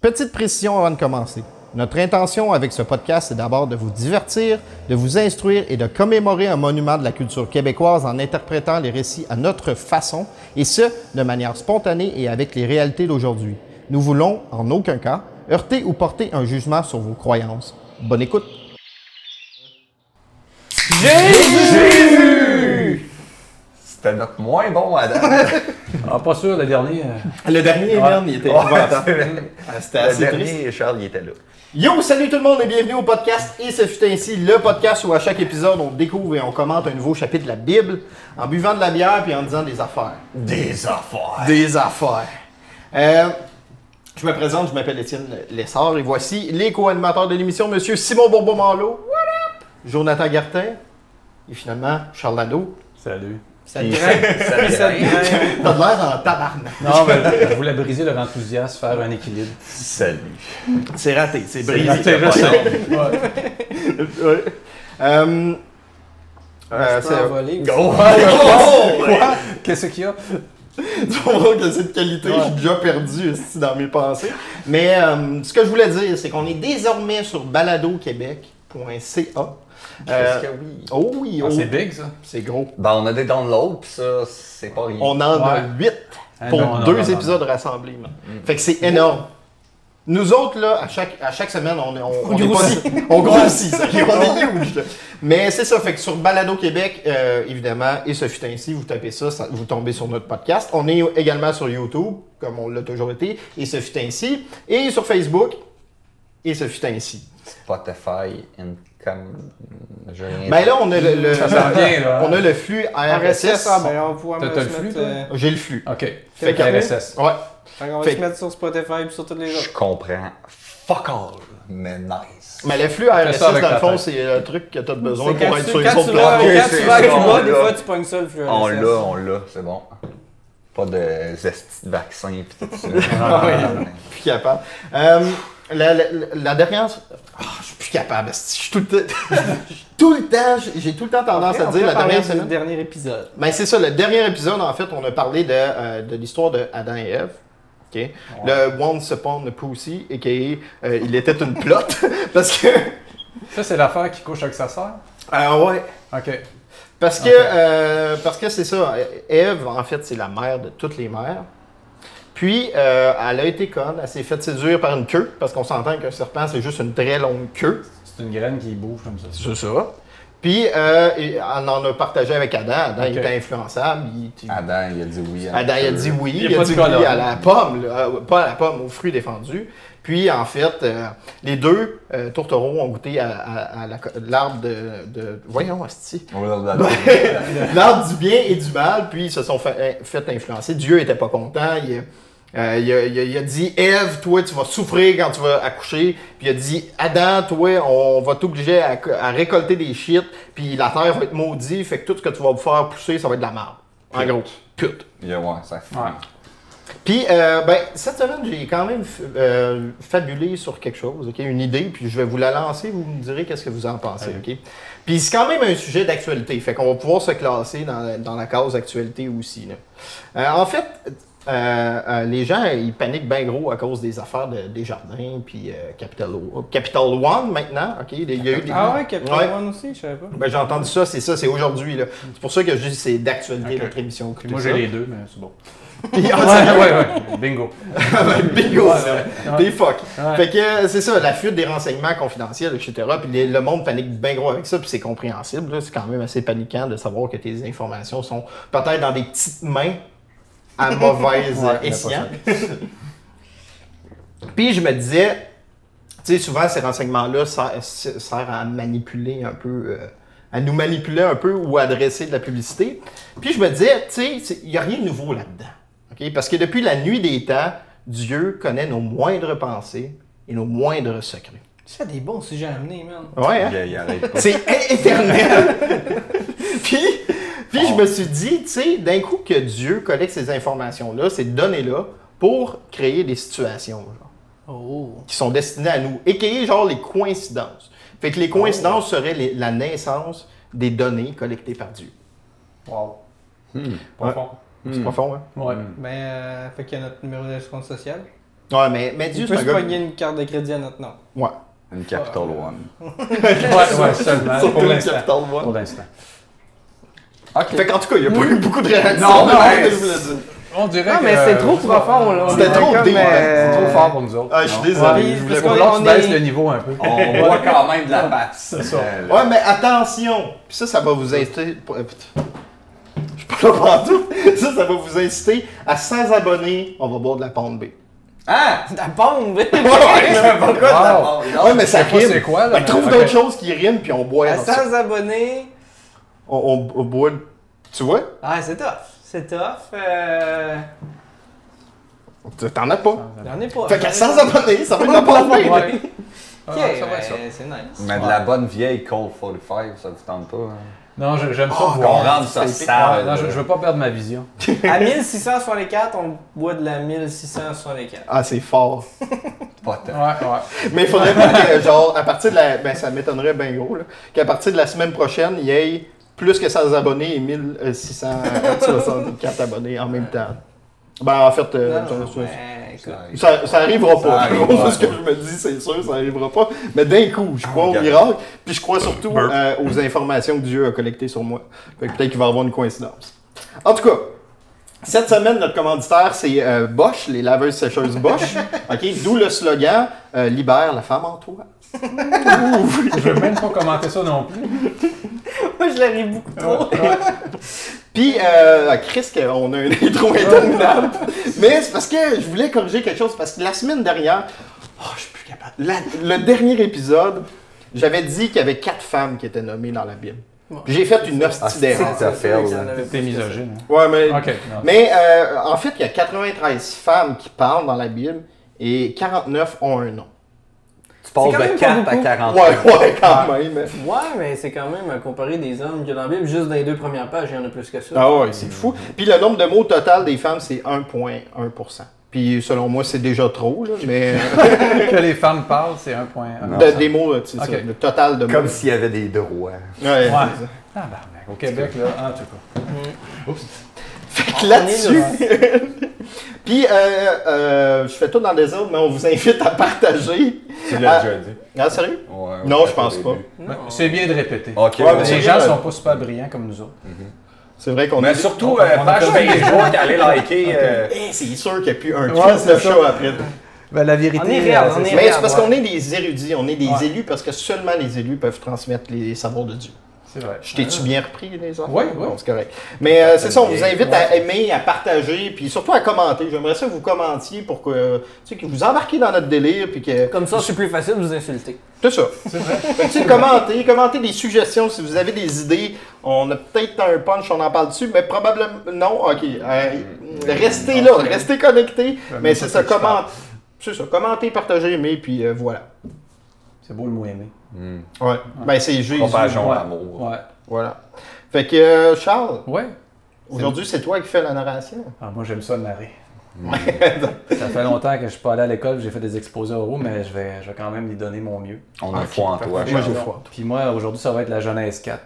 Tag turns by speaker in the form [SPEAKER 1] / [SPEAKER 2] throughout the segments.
[SPEAKER 1] Petite précision avant de commencer. Notre intention avec ce podcast est d'abord de vous divertir, de vous instruire et de commémorer un monument de la culture québécoise en interprétant les récits à notre façon, et ce, de manière spontanée et avec les réalités d'aujourd'hui. Nous voulons, en aucun cas, heurter ou porter un jugement sur vos croyances. Bonne écoute!
[SPEAKER 2] C'était notre moins bon à date.
[SPEAKER 3] Ah, pas sûr, le dernier. euh,
[SPEAKER 1] Le dernier,
[SPEAKER 3] man,
[SPEAKER 1] il était Ah, C'était
[SPEAKER 2] le dernier, Charles, il était là.
[SPEAKER 1] Yo, salut tout le monde et bienvenue au podcast Et ce fut ainsi, le podcast où à chaque épisode on découvre et on commente un nouveau chapitre de la Bible en buvant de la bière puis en disant des affaires.
[SPEAKER 2] Des affaires.
[SPEAKER 1] Des affaires. Euh, je me présente, je m'appelle Étienne Lessard et voici les co-animateurs de l'émission, Monsieur Simon Bourbon-Marleau, what up? Jonathan Gartin et finalement Charles Lando.
[SPEAKER 3] Salut.
[SPEAKER 2] Ça te
[SPEAKER 1] T'as de l'air en tabarnak.
[SPEAKER 3] Non, mais je voulais briser leur enthousiasme, faire un équilibre.
[SPEAKER 2] Salut.
[SPEAKER 1] C'est raté, c'est brisé.
[SPEAKER 3] Intéressant.
[SPEAKER 1] Ouais. Euh, euh,
[SPEAKER 4] Je peux
[SPEAKER 1] c'est-
[SPEAKER 4] envoler aussi.
[SPEAKER 2] Go!
[SPEAKER 3] Qu'est-ce qu'il y a?
[SPEAKER 1] Tu vas voir que c'est de qualité, je suis déjà perdu esti, dans mes pensées. Mais euh, ce que je voulais dire, c'est qu'on est désormais sur baladoquebec.ca. Euh,
[SPEAKER 2] Parce que oui.
[SPEAKER 1] oh oui,
[SPEAKER 3] Ah,
[SPEAKER 1] oh,
[SPEAKER 3] c'est big, ça.
[SPEAKER 1] c'est gros.
[SPEAKER 2] Ben, on a des downloads, pis ça, c'est pas rien.
[SPEAKER 1] On en a
[SPEAKER 3] Ouais.
[SPEAKER 1] 8
[SPEAKER 3] Ah,
[SPEAKER 1] pour
[SPEAKER 3] non, non,
[SPEAKER 1] deux
[SPEAKER 3] non, non,
[SPEAKER 1] épisodes rassemblés. man. Fait que c'est énorme. Nous autres, là, à chaque, à chaque semaine, on, est- on, on, est pas- on grossit. ça, on est huge. là. Mais c'est ça, fait que sur Balado Québec, euh, évidemment, et ce fut ainsi, vous tapez ça, ça- vous tombez sur notre podcast. On est également sur YouTube, comme on l'a toujours été, et ce fut ainsi. Et sur Facebook, et ce fut ainsi.
[SPEAKER 2] Spotify and Cam. J'ai rien.
[SPEAKER 1] Ben là, on a le, le-
[SPEAKER 3] Ça sent bien, là.
[SPEAKER 1] on a le flux RSS.
[SPEAKER 4] RSS, ah, ben, on va pouvoir
[SPEAKER 3] T'as-
[SPEAKER 4] me
[SPEAKER 3] t'as le
[SPEAKER 4] se
[SPEAKER 3] flux,
[SPEAKER 4] mettre,
[SPEAKER 3] toi?
[SPEAKER 4] euh,
[SPEAKER 1] J'ai le flux.
[SPEAKER 3] OK.
[SPEAKER 1] Fait
[SPEAKER 3] Fait
[SPEAKER 1] que-
[SPEAKER 3] RSS.
[SPEAKER 1] Ouais.
[SPEAKER 4] fait qu'on va
[SPEAKER 1] Fait-
[SPEAKER 4] se mettre sur Spotify et sur toutes les
[SPEAKER 2] Je
[SPEAKER 4] autres.
[SPEAKER 2] comprends. Fuck all, mais nice.
[SPEAKER 1] Mais le flux
[SPEAKER 3] Fais
[SPEAKER 1] RSS,
[SPEAKER 3] ça avec
[SPEAKER 1] dans le
[SPEAKER 3] ta
[SPEAKER 1] fond,
[SPEAKER 3] tête.
[SPEAKER 1] c'est euh, le truc que t'as besoin
[SPEAKER 4] C'est
[SPEAKER 1] pour
[SPEAKER 4] quand
[SPEAKER 1] être
[SPEAKER 4] tu,
[SPEAKER 1] sur les
[SPEAKER 4] quand
[SPEAKER 1] autres
[SPEAKER 4] tu vas,
[SPEAKER 2] plateformes.
[SPEAKER 4] quand
[SPEAKER 2] Ok,
[SPEAKER 4] tu vas à
[SPEAKER 2] c'est bon,
[SPEAKER 4] Cuba, des
[SPEAKER 2] là.
[SPEAKER 4] fois, tu pognes ça, le flux
[SPEAKER 2] On
[SPEAKER 4] RSS.
[SPEAKER 2] l'a, on l'a, c'est bon. Pas de zestis de vaccin pis tout ça.
[SPEAKER 1] Ah Je suis plus capable. Euh, la, la- la dernière. Ah, je suis plus capable. esti. Je suis tout le temps. je suis tout le temps. J'ai tout le temps tendance à
[SPEAKER 4] On
[SPEAKER 1] dire
[SPEAKER 4] peut
[SPEAKER 1] la
[SPEAKER 4] parler
[SPEAKER 1] dernière
[SPEAKER 4] du
[SPEAKER 1] semaine.
[SPEAKER 4] dernier épisode.
[SPEAKER 1] Ben, c'est ça, le dernier épisode, en fait, on a parlé de, euh, de l'histoire de Adam et Ève. OK? Le Once Upon a Pussy, et qui il était une plotte. parce que.
[SPEAKER 3] Ça, c'est l'affaire qui couche avec sa sœur?
[SPEAKER 1] Ah ouais.
[SPEAKER 3] OK.
[SPEAKER 1] Parce que,
[SPEAKER 3] Ok.
[SPEAKER 1] euh, parce que c'est ça. Ève, en fait, c'est la mère de toutes les mères. Puis, euh, elle a été conne. Elle s'est fait séduire par une queue, parce qu'on s'entend qu'un serpent, c'est juste une très longue queue.
[SPEAKER 3] C'est une graine qui bouge comme ça.
[SPEAKER 1] C'est ça. Puis, euh, et on en a partagé avec Adam. Adam, il
[SPEAKER 3] Ok.
[SPEAKER 1] était influençable. Il-
[SPEAKER 2] Adam, il a dit oui. à la
[SPEAKER 1] Adam, il a
[SPEAKER 2] queue.
[SPEAKER 1] dit oui.
[SPEAKER 3] Il y a
[SPEAKER 1] Il a
[SPEAKER 3] pas
[SPEAKER 1] dit
[SPEAKER 3] de
[SPEAKER 1] oui
[SPEAKER 3] colonne.
[SPEAKER 1] à la pomme, là, euh, pas à la pomme, au fruit défendu. Puis, en fait, euh, les deux euh, tourtereaux ont goûté à, à- à la co- l'arbre de, de. Voyons, Asti. L'art du bien et du mal, puis ils se sont fait, fait influencer. Dieu était pas content. Il, euh, il a, il a- il a dit Ève, toi, tu vas souffrir quand tu vas accoucher. Puis il a dit Adam, toi, on va t'obliger à, à récolter des shit, puis la terre va être maudite, fait que tout ce que tu vas faire pousser, ça va être de la merde. En gros, pute.
[SPEAKER 2] Yeah, ouais, ça fait.
[SPEAKER 3] Ouais.
[SPEAKER 1] Puis, euh, ben, cette semaine, j'ai quand même f- euh, fabulé sur quelque chose, ok? une idée, puis je vais vous la lancer, vous me direz qu'est-ce que vous en pensez. ok? Puis c'est quand même un sujet d'actualité, fait qu'on va pouvoir se classer dans la, dans la case actualité aussi. là. Euh, en fait, euh, euh, les gens, ils paniquent bien gros à cause des affaires de Desjardins, puis euh, Capital, O- Capital One maintenant. ok? Il y a eu des-
[SPEAKER 4] Ah ouais, Captain
[SPEAKER 1] Ouais.
[SPEAKER 4] One aussi, je savais pas.
[SPEAKER 1] Ben, j'ai entendu ça, c'est ça, c'est aujourd'hui. là. C'est pour ça que je dis que c'est d'actualité
[SPEAKER 3] Ok.
[SPEAKER 1] notre émission.
[SPEAKER 3] Puis
[SPEAKER 1] écoutez
[SPEAKER 3] moi,
[SPEAKER 1] ça. Ah,
[SPEAKER 3] j'ai les deux, mais c'est bon.
[SPEAKER 1] Puis,
[SPEAKER 3] Ouais, ouais, ouais. Bingo.
[SPEAKER 1] Ah, ben, Bingo,
[SPEAKER 3] Ouais,
[SPEAKER 1] ça.
[SPEAKER 3] ouais.
[SPEAKER 1] Des fuck.
[SPEAKER 3] Ouais.
[SPEAKER 1] Fait que euh, c'est ça, la fuite des renseignements confidentiels, etc. Puis les- le monde panique bien gros avec ça, puis c'est compréhensible. là. C'est quand même assez paniquant de savoir que tes informations sont peut-être dans des petites mains à mauvaise
[SPEAKER 3] Ouais, mais pas
[SPEAKER 1] escient. puis je me disais, tu sais, souvent ces renseignements-là ser- ser- servent à manipuler un peu. euh, à nous manipuler un peu ou à adresser de la publicité. Puis je me disais, tu sais, c'est- il n'y a rien de nouveau là-dedans. OK? Parce que depuis la nuit des temps, Dieu connaît nos moindres pensées et nos moindres secrets.
[SPEAKER 4] C'est des bons sujets à amener, man.
[SPEAKER 1] Ouais, hein?
[SPEAKER 2] Il, il arrête pas.
[SPEAKER 1] C'est é- éternel. puis puis je me suis dit, tu sais, d'un coup que Dieu collecte ces informations-là, ces données-là, pour créer des situations genre,
[SPEAKER 4] Oh.
[SPEAKER 1] qui sont destinées à nous. Et créer genre les coïncidences. Fait que les coïncidences seraient les- la naissance des données collectées par Dieu.
[SPEAKER 3] Wow. Profond.
[SPEAKER 1] C'est profond, hein?
[SPEAKER 3] Hmm. Ouais.
[SPEAKER 4] Ben, euh, fait qu'il y a notre numéro de compte social.
[SPEAKER 1] Ouais, mais
[SPEAKER 4] Tu
[SPEAKER 1] Matthew,
[SPEAKER 4] peux
[SPEAKER 1] c'est un
[SPEAKER 4] se
[SPEAKER 1] gars.
[SPEAKER 4] pogner une carte de crédit à notre nom.
[SPEAKER 1] Ouais.
[SPEAKER 2] Une Capital One.
[SPEAKER 3] Ouais, ouais, seulement. Pour
[SPEAKER 1] Surtout le
[SPEAKER 3] l'instant.
[SPEAKER 1] Capital One.
[SPEAKER 3] Pour l'instant.
[SPEAKER 1] Fait
[SPEAKER 2] Ok.
[SPEAKER 1] qu'en tout cas, il n'y a pas eu beaucoup de réactions.
[SPEAKER 2] Non, mais-
[SPEAKER 1] Ouais, je voulais dire.
[SPEAKER 3] On dirait
[SPEAKER 5] Non, mais
[SPEAKER 3] que- euh,
[SPEAKER 5] c'est trop profond, là. On
[SPEAKER 1] C'était
[SPEAKER 5] était
[SPEAKER 1] trop
[SPEAKER 5] comme,
[SPEAKER 1] deep, ouais.
[SPEAKER 5] euh,
[SPEAKER 3] C'est trop fort pour nous autres.
[SPEAKER 1] Ah, je suis
[SPEAKER 3] Non.
[SPEAKER 1] désolé.
[SPEAKER 4] Ouais,
[SPEAKER 1] je voulais
[SPEAKER 4] parce
[SPEAKER 1] pas-
[SPEAKER 3] Faut
[SPEAKER 4] qu'on-
[SPEAKER 3] que tu
[SPEAKER 4] on
[SPEAKER 3] baisses
[SPEAKER 4] est-
[SPEAKER 3] le niveau un peu.
[SPEAKER 2] On voit quand même de la patte. C'est
[SPEAKER 3] ça.
[SPEAKER 1] Ouais, mais attention! Puis ça, ça va vous inciter. euh, putain. Je suis pas là partout. Ça, ça va vous inciter à 100 abonnés. On va boire de la pompe B.
[SPEAKER 2] Ah!
[SPEAKER 4] La bombe!
[SPEAKER 2] Pourquoi
[SPEAKER 3] Wow.
[SPEAKER 2] t'as pas-
[SPEAKER 1] Ah Ouais, mais ça
[SPEAKER 3] Je sais pas
[SPEAKER 1] rime.
[SPEAKER 3] c'est quoi,
[SPEAKER 1] Fait
[SPEAKER 3] là,
[SPEAKER 1] que
[SPEAKER 3] mais-
[SPEAKER 1] trouve
[SPEAKER 3] ok.
[SPEAKER 1] d'autres choses qui riment, puis on boit.
[SPEAKER 4] à
[SPEAKER 1] dans ça.
[SPEAKER 4] 100 abonnés.
[SPEAKER 1] On, on- on boit. Tu vois?
[SPEAKER 4] Ah, c'est tough. C'est tough. Euh...
[SPEAKER 1] T'en as pas.
[SPEAKER 4] J'en ai pas.
[SPEAKER 1] Fait qu'à 100 abonnés, ça va être de la pompe B.
[SPEAKER 3] Ouais.
[SPEAKER 4] Ok,
[SPEAKER 3] Ah, ça va être ça.
[SPEAKER 4] ben, c'est nice.
[SPEAKER 2] Mais de la bonne vieille Cold 45, ça vous tente pas. hein?
[SPEAKER 3] Non, je- j'aime ça
[SPEAKER 1] Oh,
[SPEAKER 2] Qu'on
[SPEAKER 3] voir.
[SPEAKER 2] rende ça
[SPEAKER 1] c'est-
[SPEAKER 3] Ouais,
[SPEAKER 2] sale.
[SPEAKER 3] non, je, je veux pas perdre ma vision.
[SPEAKER 4] À 1664, on boit de la 1664.
[SPEAKER 1] Ah, c'est fort.
[SPEAKER 2] Pas
[SPEAKER 3] Ouais,
[SPEAKER 2] tant.
[SPEAKER 3] ouais.
[SPEAKER 1] Mais il faudrait pas que, genre, à partir de la. Ben, ça m'étonnerait bien gros, là. Qu'à partir de la semaine prochaine, il y ait plus que 100 abonnés et euh, 1664 abonnés en même temps. Ben, en fait, euh,
[SPEAKER 4] Non,
[SPEAKER 1] ça-
[SPEAKER 4] non,
[SPEAKER 1] ça-
[SPEAKER 4] ben, écoute.
[SPEAKER 1] ça, ça arrivera
[SPEAKER 2] Ça
[SPEAKER 1] pas.
[SPEAKER 2] arrivera
[SPEAKER 1] Moi, ce
[SPEAKER 2] pas. Ah,
[SPEAKER 1] que je me dis, c'est sûr, ça arrivera pas. Mais d'un coup, je crois au
[SPEAKER 2] regarde.
[SPEAKER 1] miracle, puis je crois surtout euh, aux informations que Dieu a collectées sur moi. Fait que peut-être qu'il va y avoir une coïncidence. En tout cas, cette semaine, notre commanditaire, c'est euh, Bosch, les laveuses sécheuses Bosch. OK? D'où le slogan euh, Libère la femme en toi.
[SPEAKER 3] Je veux même pas commenter ça non plus.
[SPEAKER 4] Moi, je l'ai ri beaucoup trop.
[SPEAKER 1] Puis, euh, ah, Chris, on a une intro interminable. Mais c'est parce que je voulais corriger quelque chose. Parce que la semaine dernière, oh, je suis plus capable. La- le dernier épisode, j'avais dit qu'il y avait quatre femmes qui étaient nommées dans la Bible. Puis j'ai fait une hostie d'erreur.
[SPEAKER 2] Ça fait,
[SPEAKER 4] vrai que ça
[SPEAKER 2] ouais.
[SPEAKER 4] en avait
[SPEAKER 3] T'es
[SPEAKER 4] plus que ça.
[SPEAKER 3] misogyne. hein.
[SPEAKER 1] Ouais, mais.
[SPEAKER 3] Ok. non.
[SPEAKER 1] Mais euh, en fait, il y a 93 femmes qui parlent dans la Bible et 49 ont un nom.
[SPEAKER 2] Tu
[SPEAKER 4] C'est quand
[SPEAKER 2] passes
[SPEAKER 4] même
[SPEAKER 2] de
[SPEAKER 4] pas
[SPEAKER 2] 4 à 40.
[SPEAKER 4] beaucoup.
[SPEAKER 1] Ouais, ouais, quand même.
[SPEAKER 4] Ouais, mais c'est quand même à comparer des hommes que dans la Bible, juste dans les deux premières pages, il y en a plus que ça.
[SPEAKER 1] Ah ouais, c'est fou. Puis le nombre de mots total des femmes, c'est 1,1%. Puis selon moi, c'est déjà trop, là, mais. euh,
[SPEAKER 3] Que les femmes parlent, c'est un point.
[SPEAKER 2] Non.
[SPEAKER 1] De, des mots, tu sais,
[SPEAKER 3] Ok.
[SPEAKER 1] Ah, ça, le total de mots.
[SPEAKER 2] Comme s'il y avait des droits.
[SPEAKER 1] Ouais.
[SPEAKER 3] Ouais. Ah, bah, mec, au Québec, là, en tout cas.
[SPEAKER 1] Fait que là-dessus. Puis, euh, euh, je fais tout dans des ordres, mais on vous invite à partager.
[SPEAKER 2] Tu
[SPEAKER 1] l'as
[SPEAKER 2] déjà dit.
[SPEAKER 1] Ah, sérieux? Non, je pense pas.
[SPEAKER 4] Non.
[SPEAKER 3] C'est bien de répéter.
[SPEAKER 2] Ok,
[SPEAKER 1] Ouais, mais
[SPEAKER 2] mais
[SPEAKER 1] c'est
[SPEAKER 3] Les
[SPEAKER 1] bien,
[SPEAKER 3] gens
[SPEAKER 1] euh,
[SPEAKER 3] sont pas super brillants comme nous autres.
[SPEAKER 1] C'est vrai qu'on
[SPEAKER 2] Mais
[SPEAKER 1] a.
[SPEAKER 2] surtout,
[SPEAKER 3] on-
[SPEAKER 2] euh,
[SPEAKER 3] on a
[SPEAKER 2] page
[SPEAKER 3] pas-
[SPEAKER 2] Facebook, allez liker. euh,
[SPEAKER 1] Eh, c'est sûr qu'il n'y a plus un
[SPEAKER 3] Ouais,
[SPEAKER 1] Christ de
[SPEAKER 3] c'est ça.
[SPEAKER 1] show après.
[SPEAKER 3] Ben, la vérité.
[SPEAKER 4] On est réel,
[SPEAKER 3] euh,
[SPEAKER 4] on
[SPEAKER 3] c'est
[SPEAKER 4] est
[SPEAKER 3] ça.
[SPEAKER 1] Mais
[SPEAKER 4] réel.
[SPEAKER 1] c'est parce
[SPEAKER 4] ouais.
[SPEAKER 1] qu'on est des érudits, on est des
[SPEAKER 3] Ouais.
[SPEAKER 1] élus, parce que seulement les élus peuvent transmettre les savoirs de Dieu.
[SPEAKER 3] C'est vrai.
[SPEAKER 1] Je t'ai-tu bien repris, les enfants?
[SPEAKER 3] Ouais, ouais.
[SPEAKER 1] Bon, c'est correct. Mais euh, c'est ça, on vous
[SPEAKER 2] bien.
[SPEAKER 1] invite à aimer, à partager, puis surtout à commenter. J'aimerais ça que vous commentiez pour que, euh, tu sais, que vous embarquiez dans notre délire, puis que...
[SPEAKER 4] Comme ça, c'est plus facile de vous insulter.
[SPEAKER 1] Tout ça. Fait que, tu sais, commentez, commentez des suggestions si vous avez des idées. On a peut-être un punch, on en parle dessus, mais probablement non. Ok. euh, restez là, restez connectés. Mais c'est ça, comment. C'est ça, commentez, partagez, aimez, puis euh, voilà.
[SPEAKER 3] C'est beau le mot aimé.
[SPEAKER 1] Ouais. Ben c'est Jésus.
[SPEAKER 2] Propageons
[SPEAKER 3] Ouais.
[SPEAKER 2] l'amour.
[SPEAKER 3] Ouais.
[SPEAKER 1] Voilà. Fait que euh, Charles,
[SPEAKER 3] Ouais.
[SPEAKER 1] aujourd'hui c'est toi qui fais la narration.
[SPEAKER 3] Ah, moi, j'aime ça de narrer. ça fait longtemps que je suis pas allé à l'école, j'ai fait des exposés oraux, mais je vais, je vais quand même y donner mon mieux.
[SPEAKER 2] On a foi en toi.
[SPEAKER 1] Moi
[SPEAKER 2] Charles.
[SPEAKER 1] j'ai froid.
[SPEAKER 3] Puis moi, aujourd'hui, ça va être la Genèse 4.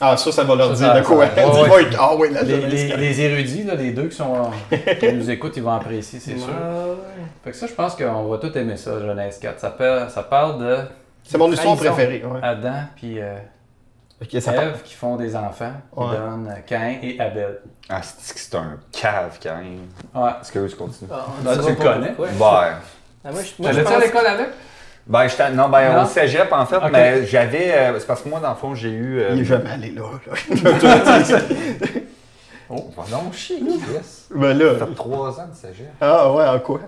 [SPEAKER 1] Ah ça, ça va leur
[SPEAKER 3] Ça,
[SPEAKER 1] dire
[SPEAKER 3] ça-
[SPEAKER 1] de quoi.
[SPEAKER 3] ça-
[SPEAKER 1] Ils
[SPEAKER 3] ouais,
[SPEAKER 1] vont être- Ah oui, la
[SPEAKER 3] Les,
[SPEAKER 1] jeunesse,
[SPEAKER 3] les-
[SPEAKER 1] correct.
[SPEAKER 3] les érudits, là, les deux qui, sont, qui nous écoutent, ils vont apprécier, c'est sûr.
[SPEAKER 4] Ouais.
[SPEAKER 3] Fait que ça, je pense qu'on va tous aimer ça, Genèse 4. Ça, parle- ça parle de
[SPEAKER 1] C'est mon histoire
[SPEAKER 3] Trahison.
[SPEAKER 1] préférée. ouais.
[SPEAKER 3] Adam puis euh,
[SPEAKER 1] Ok, ça part.
[SPEAKER 3] Ève qui font des enfants, qui
[SPEAKER 1] Ouais.
[SPEAKER 3] donnent euh, Caïn et Abel.
[SPEAKER 2] Ah, c'est que c'est un cave, quand même.
[SPEAKER 3] Ouais.
[SPEAKER 2] Excuse, continue.
[SPEAKER 4] Ah, on
[SPEAKER 3] Bah,
[SPEAKER 4] dira
[SPEAKER 3] tu le
[SPEAKER 4] pas
[SPEAKER 3] connais.
[SPEAKER 4] pourquoi.
[SPEAKER 2] Bah,
[SPEAKER 4] Ah, moi, je, moi, je
[SPEAKER 3] T'allais-tu à
[SPEAKER 4] pense-
[SPEAKER 3] l'école avec?
[SPEAKER 2] ben, j'étais- non, ben,
[SPEAKER 3] Non.
[SPEAKER 2] au cégep, en fait,
[SPEAKER 3] Ok.
[SPEAKER 2] mais j'avais. euh, c'est parce que moi, dans le fond, j'ai eu. euh,
[SPEAKER 1] Il est jamais allé là. là.
[SPEAKER 2] Oh, va donc chier, yes.
[SPEAKER 1] ben
[SPEAKER 2] Ça
[SPEAKER 1] là.
[SPEAKER 2] fait trois ans de cégep.
[SPEAKER 1] Ah ouais, en quoi?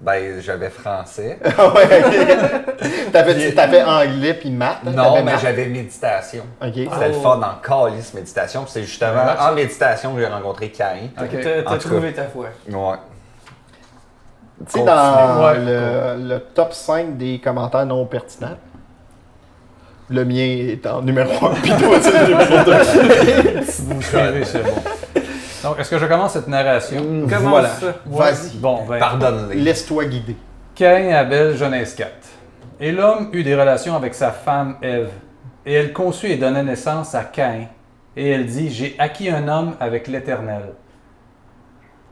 [SPEAKER 2] Ben, j'avais français.
[SPEAKER 1] Ah ouais, ok. T'avais, t'avais anglais puis maths? hein?
[SPEAKER 2] Non,
[SPEAKER 1] T'avais
[SPEAKER 2] mais
[SPEAKER 1] maths.
[SPEAKER 2] j'avais Ah, méditation.
[SPEAKER 1] Ok.
[SPEAKER 2] C'était le
[SPEAKER 4] Oh.
[SPEAKER 2] fun en calice méditation. puis C'est justement
[SPEAKER 3] Ouais.
[SPEAKER 2] en méditation que j'ai rencontré Caïn.
[SPEAKER 3] Ok.
[SPEAKER 4] T'as
[SPEAKER 2] En
[SPEAKER 4] t'as
[SPEAKER 2] tout
[SPEAKER 4] trouvé ta foi.
[SPEAKER 2] Ouais.
[SPEAKER 1] Tu sais, dans
[SPEAKER 3] Ouais.
[SPEAKER 1] le, le top 5 des commentaires non pertinents, le mien est en numéro 1 puis toi, tu es numéro 2.
[SPEAKER 3] Vous suivez, c'est bon. Donc, est-ce que je commence cette narration?
[SPEAKER 4] Comment
[SPEAKER 1] Voilà.
[SPEAKER 4] ça?
[SPEAKER 1] Vas-y.
[SPEAKER 3] Bon, ben,
[SPEAKER 2] Pardonne-les.
[SPEAKER 1] Laisse-toi guider.
[SPEAKER 3] Caïn et Abel, Genèse 4. Et l'homme eut des relations avec sa femme Ève. Et elle conçut et donna naissance à Caïn. Et elle dit J'ai acquis un homme avec l'Éternel.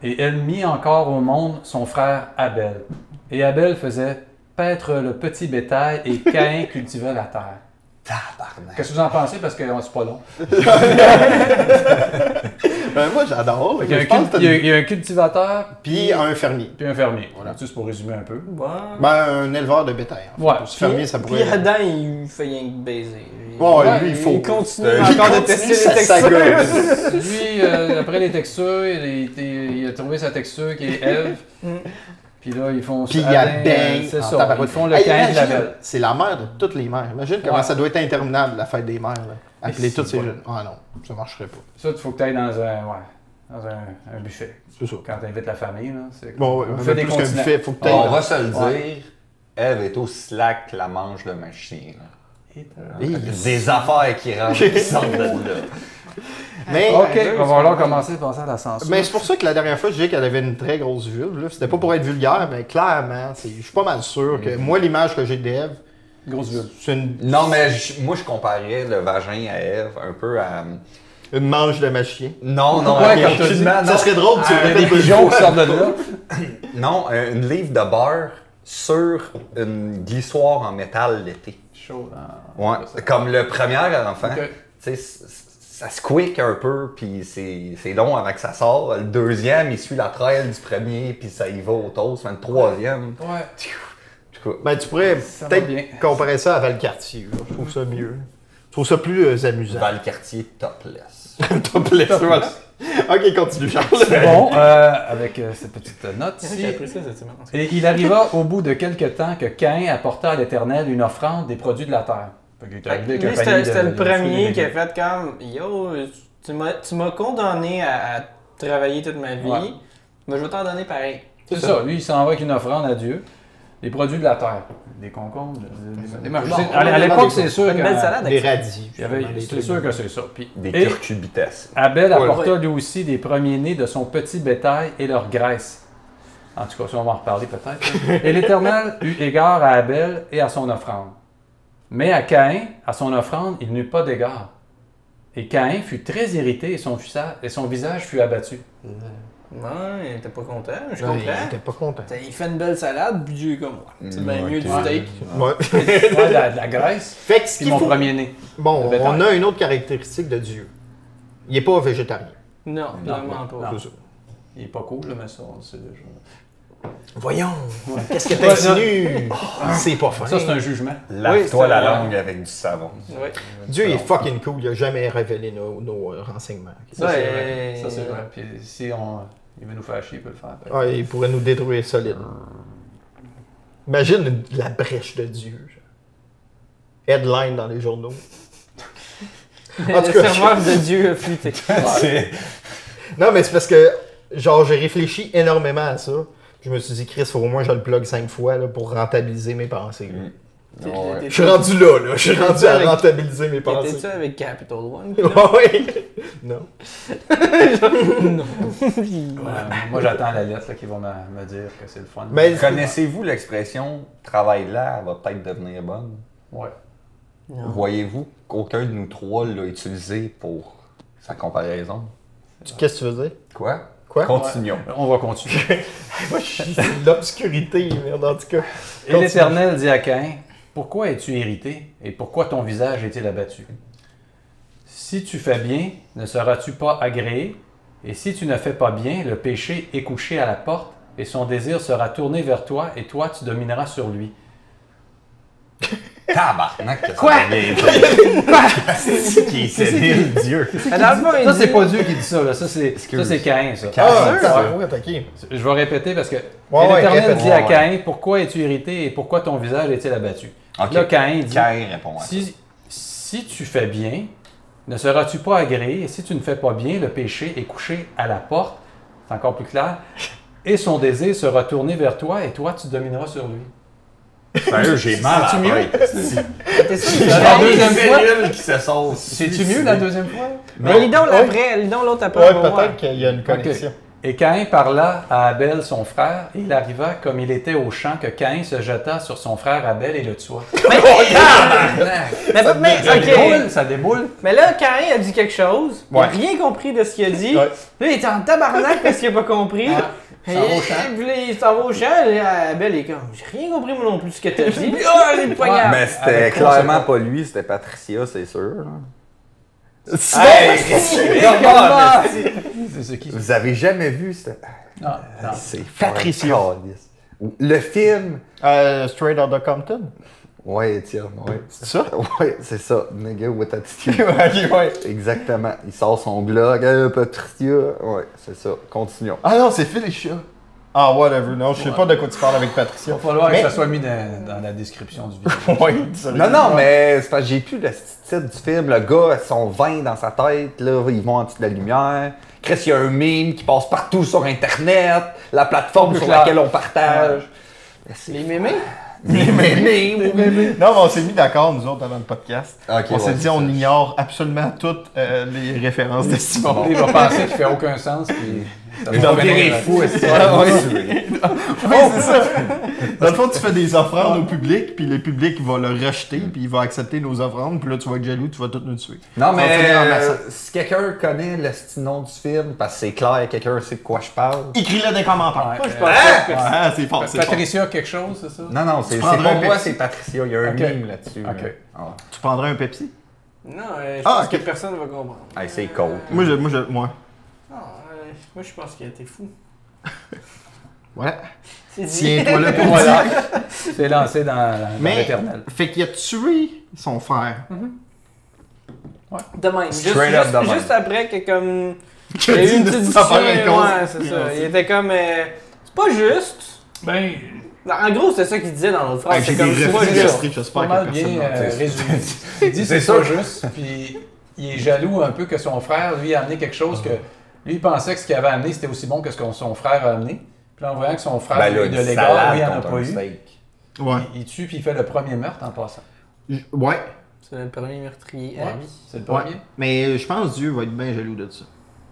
[SPEAKER 3] Et elle mit encore au monde son frère Abel. Et Abel faisait paître le petit bétail et Caïn cultivait la terre.
[SPEAKER 2] Tabarnak.
[SPEAKER 3] Qu'est-ce que vous en pensez? Parce que euh, c'est pas long.
[SPEAKER 1] Ben, moi, j'adore.
[SPEAKER 3] Il y, a
[SPEAKER 1] Je
[SPEAKER 3] un
[SPEAKER 1] pense que
[SPEAKER 3] cul-
[SPEAKER 1] t'as
[SPEAKER 3] il y a-
[SPEAKER 1] une-
[SPEAKER 3] il y a un cultivateur,
[SPEAKER 1] Puis un fermier.
[SPEAKER 3] puis un fermier. Voilà. Juste pour résumer un peu.
[SPEAKER 4] Ouais.
[SPEAKER 1] Ben, un éleveur de bétail. en fait.
[SPEAKER 3] Ouais.
[SPEAKER 1] Parce que fermier, ça pourrait.
[SPEAKER 4] Puis Adam, il fait rien que baiser. Il-
[SPEAKER 1] Ouais, ouais, Oh, lui, il faut.
[SPEAKER 4] Il continue
[SPEAKER 2] Euh,
[SPEAKER 1] Il
[SPEAKER 4] encore de
[SPEAKER 1] continue
[SPEAKER 4] tester
[SPEAKER 1] sa
[SPEAKER 4] les
[SPEAKER 1] saga.
[SPEAKER 4] textures.
[SPEAKER 3] Lui, euh, après les textures, il, a été- il a trouvé sa texture qui est Eve. Puis là, ils font
[SPEAKER 1] Puis il y a
[SPEAKER 3] Adam, euh,
[SPEAKER 1] bang.
[SPEAKER 3] C'est
[SPEAKER 1] en
[SPEAKER 3] ça. Ils
[SPEAKER 1] tabarouette.
[SPEAKER 3] font le
[SPEAKER 1] Hey,
[SPEAKER 3] Caïn de
[SPEAKER 1] imagine,
[SPEAKER 3] l'Abel.
[SPEAKER 1] C'est la mère de toutes les mères. Imagine comment
[SPEAKER 3] Ouais.
[SPEAKER 1] ça doit être interminable, la fête des mères. là. Appeler
[SPEAKER 3] Et
[SPEAKER 1] toutes
[SPEAKER 3] c'est
[SPEAKER 1] ces
[SPEAKER 3] bon.
[SPEAKER 1] jeunes. Ah non, ça marcherait pas.
[SPEAKER 3] Ça, il faut que tu ailles dans un, ouais, dans un, un buffet.
[SPEAKER 1] C'est ça.
[SPEAKER 3] Quand tu invites la famille, là, c'est
[SPEAKER 1] Bon, ouais,
[SPEAKER 3] on
[SPEAKER 1] on
[SPEAKER 3] fait des
[SPEAKER 1] plus qu'un
[SPEAKER 3] continents.
[SPEAKER 1] buffet, faut que
[SPEAKER 2] On
[SPEAKER 1] t'ailles.
[SPEAKER 2] va se le
[SPEAKER 3] Ouais.
[SPEAKER 2] dire, Eve est aussi slack que la manche de ma chienne.
[SPEAKER 1] Hey.
[SPEAKER 2] Des affaires qui rentrent qui sortent de là.
[SPEAKER 1] Mais,
[SPEAKER 3] Ok, on va alors commencer à penser à la censure.
[SPEAKER 1] mais c'est pour ça que la dernière fois, je disais qu'elle avait une très grosse vulve. là. C'était pas pour être vulgaire, mais clairement, c'est- je suis pas mal sûr que moi, l'image que j'ai d'Eve,
[SPEAKER 3] Grosse vulve.
[SPEAKER 1] c'est une,
[SPEAKER 2] Non, mais je- moi, je comparais le vagin à Eve un peu à.
[SPEAKER 1] une manche de ma chienne.
[SPEAKER 2] Non, non, ok,
[SPEAKER 3] Ouais, comme t'as dit,
[SPEAKER 2] aucunement, non.
[SPEAKER 1] Ça serait drôle, tu
[SPEAKER 3] Ah, Il y a
[SPEAKER 1] répètes
[SPEAKER 3] des
[SPEAKER 1] pas le
[SPEAKER 3] pigeons
[SPEAKER 1] mot.
[SPEAKER 3] qui sortent de là.
[SPEAKER 2] Non, euh, une livre de beurre sur une glissoire en métal l'été.
[SPEAKER 3] Chaud.
[SPEAKER 1] hein.
[SPEAKER 2] Ouais, comme le premier enfant.
[SPEAKER 3] Ok.
[SPEAKER 2] Tu sais, c- c- ça squick un peu, puis c'est c'est long avant que ça sort. Le deuxième, il suit la trail du premier, puis ça y va au toast. Mais le troisième,
[SPEAKER 3] Ouais.
[SPEAKER 2] du coup,
[SPEAKER 1] Ben, tu pourrais
[SPEAKER 3] Ça va bien.
[SPEAKER 1] peut-être comparer ça à Valcartier. là. Je trouve ça mieux. Je trouve ça plus euh, amusant.
[SPEAKER 2] Valcartier topless.
[SPEAKER 1] Topless, voilà. Ok, continue, Charles.
[SPEAKER 3] Bon, euh, avec euh, cette petite note
[SPEAKER 4] J'ai
[SPEAKER 3] ici.
[SPEAKER 4] appris ça cette semaine.
[SPEAKER 3] Et il arriva au bout de quelque temps que Caïn apporta à l'Éternel une offrande des produits de la terre. Fait qu'il est
[SPEAKER 4] Fait
[SPEAKER 3] arrivé avec un
[SPEAKER 4] que Lui,
[SPEAKER 3] panier
[SPEAKER 4] c'était
[SPEAKER 3] de-
[SPEAKER 4] c'était le
[SPEAKER 3] de fruits
[SPEAKER 4] premier
[SPEAKER 3] et
[SPEAKER 4] qui a
[SPEAKER 3] légumes.
[SPEAKER 4] fait comme Yo, tu m'as tu m'as condamné à, à travailler toute ma vie,
[SPEAKER 3] Ouais.
[SPEAKER 4] mais je vais t'en donner pareil.
[SPEAKER 3] C'est ça, lui, il s'en va avec une offrande à Dieu. Des produits de la terre. Des concombres, des- des- des marchés.
[SPEAKER 1] Bon,
[SPEAKER 3] À l'é- à
[SPEAKER 1] on va
[SPEAKER 3] l'époque, c'est sûr
[SPEAKER 4] Une belle
[SPEAKER 3] que.
[SPEAKER 4] salade
[SPEAKER 1] Des
[SPEAKER 4] avec ça.
[SPEAKER 1] radis.
[SPEAKER 3] Il y avait-
[SPEAKER 1] justement, des
[SPEAKER 3] C'est
[SPEAKER 1] trucs.
[SPEAKER 3] sûr que c'est ça. Puis,
[SPEAKER 2] Des
[SPEAKER 3] et
[SPEAKER 2] curcubitesses. Ouais.
[SPEAKER 3] Abel apporta lui aussi des premiers-nés de son petit bétail et leur graisse. En tout cas, ça, on va en reparler peut-être. et l'Éternel eut égard à Abel et à son offrande. Mais à Caïn, à son offrande, il n'eut pas d'égard. Et Caïn fut très irrité et son, fusa- et son visage fut abattu.
[SPEAKER 4] Non, il était pas content, je
[SPEAKER 1] Non,
[SPEAKER 4] comprends.
[SPEAKER 1] il était pas content.
[SPEAKER 4] T'as- Il fait une belle salade, puis Dieu est comme moi. C'est bien
[SPEAKER 2] Mm,
[SPEAKER 4] mieux
[SPEAKER 2] ok.
[SPEAKER 4] du
[SPEAKER 2] Ouais.
[SPEAKER 4] steak.
[SPEAKER 1] Ouais.
[SPEAKER 3] Ouais, de la, de la graisse.
[SPEAKER 1] Fait que ce
[SPEAKER 3] Puis
[SPEAKER 1] qu'il
[SPEAKER 3] mon
[SPEAKER 1] faut-
[SPEAKER 3] premier-né.
[SPEAKER 1] Bon,
[SPEAKER 3] Le bétail.
[SPEAKER 1] on a une autre caractéristique de Dieu. Il n'est pas végétarien.
[SPEAKER 4] Non, vraiment
[SPEAKER 3] non.
[SPEAKER 4] pas.
[SPEAKER 3] Non.
[SPEAKER 1] C'est ça.
[SPEAKER 3] Il est pas cool, là, mais ça, on le sait déjà.
[SPEAKER 1] Voyons. Qu'est-ce que t'insinues? c'est pas fin.
[SPEAKER 3] Ça, c'est un jugement.
[SPEAKER 2] Lave-toi
[SPEAKER 4] Oui,
[SPEAKER 2] la
[SPEAKER 4] c'est-
[SPEAKER 2] langue avec du savon.
[SPEAKER 4] Ouais.
[SPEAKER 1] Dieu est fucking cool. Il a jamais révélé nos, nos, euh, renseignements.
[SPEAKER 3] Ça,
[SPEAKER 4] Ouais.
[SPEAKER 3] c'est vrai. Ça, c'est vrai. Puis si on... il veut nous faire chier, il peut le faire.
[SPEAKER 1] Ah, il pourrait nous détruire solide. Imagine une- la brèche de Dieu. genre. Headline dans les journaux. En tout
[SPEAKER 4] Le
[SPEAKER 1] cas,
[SPEAKER 4] serveur de Dieu a fuité.
[SPEAKER 2] C'est-
[SPEAKER 1] Non, mais c'est parce que, genre, j'ai réfléchi énormément à ça. Je me suis dit, Chris, faut au moins que je le plug cinq fois là, pour rentabiliser mes pensées. là.
[SPEAKER 2] Ouais.
[SPEAKER 1] Je suis rendu là, là. Je suis rendu
[SPEAKER 4] Avec-
[SPEAKER 1] à rentabiliser mes
[SPEAKER 4] T'étais-tu
[SPEAKER 1] pensées.
[SPEAKER 4] avec Capital One?
[SPEAKER 1] Oui. Non.
[SPEAKER 3] Euh, moi, j'attends la lettre là, qui va me, me dire que c'est le fun.
[SPEAKER 1] Mais-
[SPEAKER 2] Connaissez-vous l'expression travail là, elle va peut-être devenir bonne?
[SPEAKER 3] Ouais.
[SPEAKER 4] Non.
[SPEAKER 2] Voyez-vous qu'aucun de nous trois l'a utilisé pour sa comparaison?
[SPEAKER 1] Qu'est-ce que tu veux dire?
[SPEAKER 2] Quoi?
[SPEAKER 1] Quoi?
[SPEAKER 2] Continuons.
[SPEAKER 3] On va continuer.
[SPEAKER 1] Moi, je suis c'est de l'obscurité, merde, en tout cas.
[SPEAKER 3] Et l'Éternel dit à Caïn Pourquoi es-tu irrité et pourquoi ton visage est-il abattu Si tu fais bien, ne seras-tu pas agréé Et si tu ne fais pas bien, le péché est couché à la porte et son désir sera tourné vers toi et toi tu domineras sur lui.
[SPEAKER 2] Tabarnak, que Quoi? C'est qui c'est nul, Dieu.
[SPEAKER 4] Ah, dans le fond, il
[SPEAKER 3] Ça, c'est
[SPEAKER 4] dit-
[SPEAKER 3] pas Dieu qui dit ça, là. ça c'est ça, c'est Caïn. Ça.
[SPEAKER 1] Ah,
[SPEAKER 2] Caïn.
[SPEAKER 1] ça va attaquer.
[SPEAKER 3] Je vais répéter parce que
[SPEAKER 1] Ouais,
[SPEAKER 3] Et
[SPEAKER 1] ouais,
[SPEAKER 3] l'Éternel
[SPEAKER 1] répète.
[SPEAKER 3] dit à
[SPEAKER 2] Ouais, ouais.
[SPEAKER 3] Caïn Pourquoi es-tu irrité et pourquoi ton visage est-il abattu
[SPEAKER 2] Ok.
[SPEAKER 3] Là, Caïn dit
[SPEAKER 2] Caïn répond à ça.
[SPEAKER 3] si, si tu fais bien, ne seras-tu pas agréé Et si tu ne fais pas bien, le péché est couché à la porte. C'est encore plus clair. Et son désir sera tourné vers toi et toi, tu domineras sur lui.
[SPEAKER 2] Sérieux, j'ai mal à la tête. C'est
[SPEAKER 4] T'étais sûr que-
[SPEAKER 3] La
[SPEAKER 2] la
[SPEAKER 3] deuxième
[SPEAKER 2] deuxième
[SPEAKER 3] fois.
[SPEAKER 2] qui se sauce.
[SPEAKER 3] C'est-tu mieux la deuxième fois
[SPEAKER 4] Mais lis donc l'après, lis donc l'autre après.
[SPEAKER 1] Ouais,
[SPEAKER 4] on va voir.
[SPEAKER 1] peut-être qu'il y a une connexion.
[SPEAKER 3] Et Caïn parla à Abel, son frère, et il arriva comme il était au champ que Caïn se jeta sur son frère Abel et le tua.
[SPEAKER 4] Oh, Mais, mais-
[SPEAKER 3] Ça
[SPEAKER 4] ok.
[SPEAKER 3] déboule, ça déboule.
[SPEAKER 4] Mais là, Caïn a dit quelque chose. Il a
[SPEAKER 1] Ouais.
[SPEAKER 4] rien compris de ce qu'il a dit.
[SPEAKER 1] Ouais.
[SPEAKER 4] Là, il était en tabarnak parce qu'il a pas compris.
[SPEAKER 3] Ça va au champ.
[SPEAKER 4] Et puis là, il s'en va au champ, et Abel est comme, j'ai rien compris moi non plus ce que t'as dit. Ah, j'ai le poignard!
[SPEAKER 2] Mais c'était
[SPEAKER 3] Avec quoi,
[SPEAKER 2] clairement pas lui, c'était Patricia, c'est sûr. là.
[SPEAKER 1] Sinon,
[SPEAKER 2] Ah, Regarde-moi,
[SPEAKER 4] Regarde-moi!
[SPEAKER 3] C'est ce qui.
[SPEAKER 2] Vous avez jamais vu ce. Ah,
[SPEAKER 3] Non, non.
[SPEAKER 2] C'est
[SPEAKER 1] Patricia.
[SPEAKER 2] calice. Le film.
[SPEAKER 1] euh, Straight Outta Compton.
[SPEAKER 2] Ouais, Étienne, ouais.
[SPEAKER 1] C'est ça?
[SPEAKER 2] Ouais, c'est ça. Nigga with attitude.
[SPEAKER 1] ok, ouais.
[SPEAKER 2] Exactement. Il sort son Glock. Euh, Patricia. Ouais, c'est ça. Continuons.
[SPEAKER 1] Ah non, c'est Phil et Chia. Ah, whatever. Non, je sais pas de quoi tu parles avec Patricia.
[SPEAKER 3] Il va falloir
[SPEAKER 1] Mais-
[SPEAKER 3] que ça soit mis dans, dans la description du vidéo.
[SPEAKER 1] Ouais, désolé.
[SPEAKER 2] Non, non, mais c'est parce que j'ai plus le titre du film. Le gars, son vin dans sa tête, là, ils vont en dessous de la lumière. Chris, il y a un meme qui passe partout sur Internet, la plateforme
[SPEAKER 3] Plus
[SPEAKER 2] sur
[SPEAKER 3] clair.
[SPEAKER 2] laquelle on partage.
[SPEAKER 4] Les mémés?
[SPEAKER 2] Les memes!
[SPEAKER 1] Non, mais on s'est mis d'accord, nous autres, avant le podcast.
[SPEAKER 2] Ok,
[SPEAKER 1] on s'est
[SPEAKER 2] ouais,
[SPEAKER 1] dit,
[SPEAKER 2] c'est
[SPEAKER 1] on
[SPEAKER 2] ça.
[SPEAKER 1] ignore absolument toutes euh, les références de Simon.
[SPEAKER 3] Il va penser qu'il fait aucun sens. Puis... ça va
[SPEAKER 1] dans
[SPEAKER 3] revenir
[SPEAKER 1] le
[SPEAKER 3] là-dessus.
[SPEAKER 1] Oui, c'est ça. Dans le fond, tu fais des offrandes au public, puis le public va le rejeter, puis il va accepter nos offrandes, puis là, tu vas être jaloux, tu vas tout nous tuer.
[SPEAKER 2] Non,
[SPEAKER 1] Ça va
[SPEAKER 2] mais
[SPEAKER 1] finir en
[SPEAKER 2] euh,
[SPEAKER 1] massacre.
[SPEAKER 2] si quelqu'un connaît le petit nom du film, parce que c'est clair, quelqu'un sait de quoi je parle.
[SPEAKER 1] Écris-le dans les commentaires.
[SPEAKER 3] Ouais,
[SPEAKER 4] Moi, je
[SPEAKER 3] euh,
[SPEAKER 4] pense que c'est-
[SPEAKER 1] Ah, c'est fort, c'est fort.
[SPEAKER 3] Patricia, quelque chose, c'est ça?
[SPEAKER 2] Non, non, c'est c'est
[SPEAKER 1] prendrais
[SPEAKER 2] pas
[SPEAKER 1] un
[SPEAKER 2] moi,
[SPEAKER 1] Pepsi?
[SPEAKER 2] c'est Patricia. Il y a un
[SPEAKER 3] Ok.
[SPEAKER 2] meme là-dessus.
[SPEAKER 3] Ok.
[SPEAKER 2] là. Ah.
[SPEAKER 1] Tu prendrais un Pepsi?
[SPEAKER 4] Non, euh, je
[SPEAKER 1] Ah,
[SPEAKER 4] pense
[SPEAKER 1] ok.
[SPEAKER 4] que personne va comprendre.
[SPEAKER 2] Hey, c'est cold.
[SPEAKER 1] Moi, je, moi, je, moi.
[SPEAKER 4] Non, euh, moi, je pense que t'es fou.
[SPEAKER 1] Ouais.
[SPEAKER 4] C'est
[SPEAKER 1] Tiens-toi là pour
[SPEAKER 3] Voilà. C'est lancé dans, dans
[SPEAKER 1] Mais-
[SPEAKER 3] l'éternel.
[SPEAKER 1] Fait qu'il a tué son frère.
[SPEAKER 4] De même. Juste,
[SPEAKER 2] Straight up
[SPEAKER 4] juste-
[SPEAKER 2] de même.
[SPEAKER 4] juste après que comme.
[SPEAKER 1] Que
[SPEAKER 4] Il y a eu
[SPEAKER 1] dit
[SPEAKER 4] une
[SPEAKER 1] de
[SPEAKER 4] petite
[SPEAKER 1] cette
[SPEAKER 4] discussion.
[SPEAKER 1] affaire
[SPEAKER 4] Ouais,
[SPEAKER 1] inconse-
[SPEAKER 4] c'est ça. Il
[SPEAKER 1] inconse-
[SPEAKER 4] était comme. euh, c'est pas juste.
[SPEAKER 3] Ben,
[SPEAKER 4] En gros, c'est ça qu'il disait dans l'autre
[SPEAKER 1] Ah,
[SPEAKER 4] phrase.
[SPEAKER 1] J'ai des
[SPEAKER 4] C'est comme. C'est pas
[SPEAKER 1] refus
[SPEAKER 4] juste.
[SPEAKER 1] gastriques,
[SPEAKER 3] pas
[SPEAKER 1] j'espère que
[SPEAKER 3] mal bien
[SPEAKER 1] personne
[SPEAKER 3] euh,
[SPEAKER 1] n'entend.
[SPEAKER 3] résumé. Il dit
[SPEAKER 2] C'est
[SPEAKER 3] c'est
[SPEAKER 2] ça.
[SPEAKER 3] pas juste, puis il est jaloux un peu que son frère, lui, a amené quelque chose que. Lui, il pensait que ce qu'il avait amené, c'était aussi bon que ce que son frère a amené. Puis là, en voyant que son frère a eu de
[SPEAKER 2] Ben, une
[SPEAKER 3] l'égard,
[SPEAKER 2] salade
[SPEAKER 3] lui, il en a
[SPEAKER 2] contre
[SPEAKER 3] pas
[SPEAKER 2] un
[SPEAKER 3] eu.
[SPEAKER 2] steak.
[SPEAKER 1] Ouais.
[SPEAKER 3] Il, il tue, puis il fait le premier meurtre en passant.
[SPEAKER 1] J- euh, Ouais.
[SPEAKER 4] C'est le premier meurtrier.
[SPEAKER 3] Ouais,
[SPEAKER 4] à vie.
[SPEAKER 3] C'est le premier.
[SPEAKER 1] Ouais. Mais euh, je pense que Dieu va être bien jaloux de ça.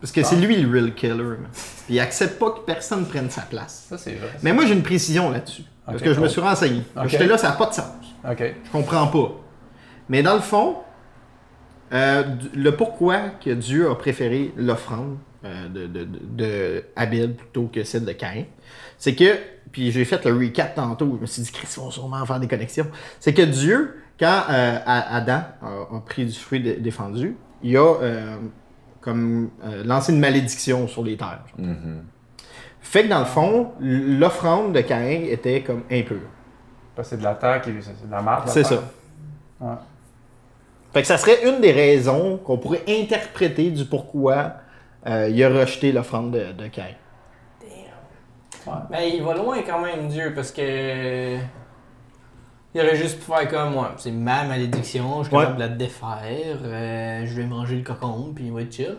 [SPEAKER 1] Parce que c'est
[SPEAKER 3] Ah.
[SPEAKER 1] lui le real killer. man. Puis il accepte pas que personne prenne sa place.
[SPEAKER 3] Ça, c'est vrai.
[SPEAKER 1] Mais moi, j'ai une précision là-dessus. Parce
[SPEAKER 3] Ok,
[SPEAKER 1] que je me
[SPEAKER 3] cool.
[SPEAKER 1] suis renseigné.
[SPEAKER 3] Ok.
[SPEAKER 1] J'étais là, ça n'a pas de sens.
[SPEAKER 3] OK.
[SPEAKER 1] Je comprends pas. Mais dans le fond, euh, du- le pourquoi que Dieu a préféré l'offrande euh, de, de, de- de Abel plutôt que celle de Caïn, c'est que, puis j'ai fait le recap tantôt, je me suis dit, Chris, ils vont sûrement faire des connexions. C'est que Dieu, quand euh, A- Adam a, a pris du fruit dé- défendu, il a euh, comme euh, lancé une malédiction sur les terres. genre. Fait que dans le fond, l'offrande de Caïn était comme impure.
[SPEAKER 3] Parce que c'est de la terre qui. C'est de la marque. la
[SPEAKER 1] C'est
[SPEAKER 3] terre.
[SPEAKER 1] ça.
[SPEAKER 3] Ouais.
[SPEAKER 1] Fait que ça serait une des raisons qu'on pourrait interpréter du pourquoi euh, il a rejeté l'offrande de, de Caïn.
[SPEAKER 4] Mais Ben, il va loin quand même, Dieu, parce que. Il aurait juste pu faire comme moi. C'est ma malédiction, je suis
[SPEAKER 1] Ouais.
[SPEAKER 4] capable de la défaire. euh, je vais manger le cocon, puis il va être chill.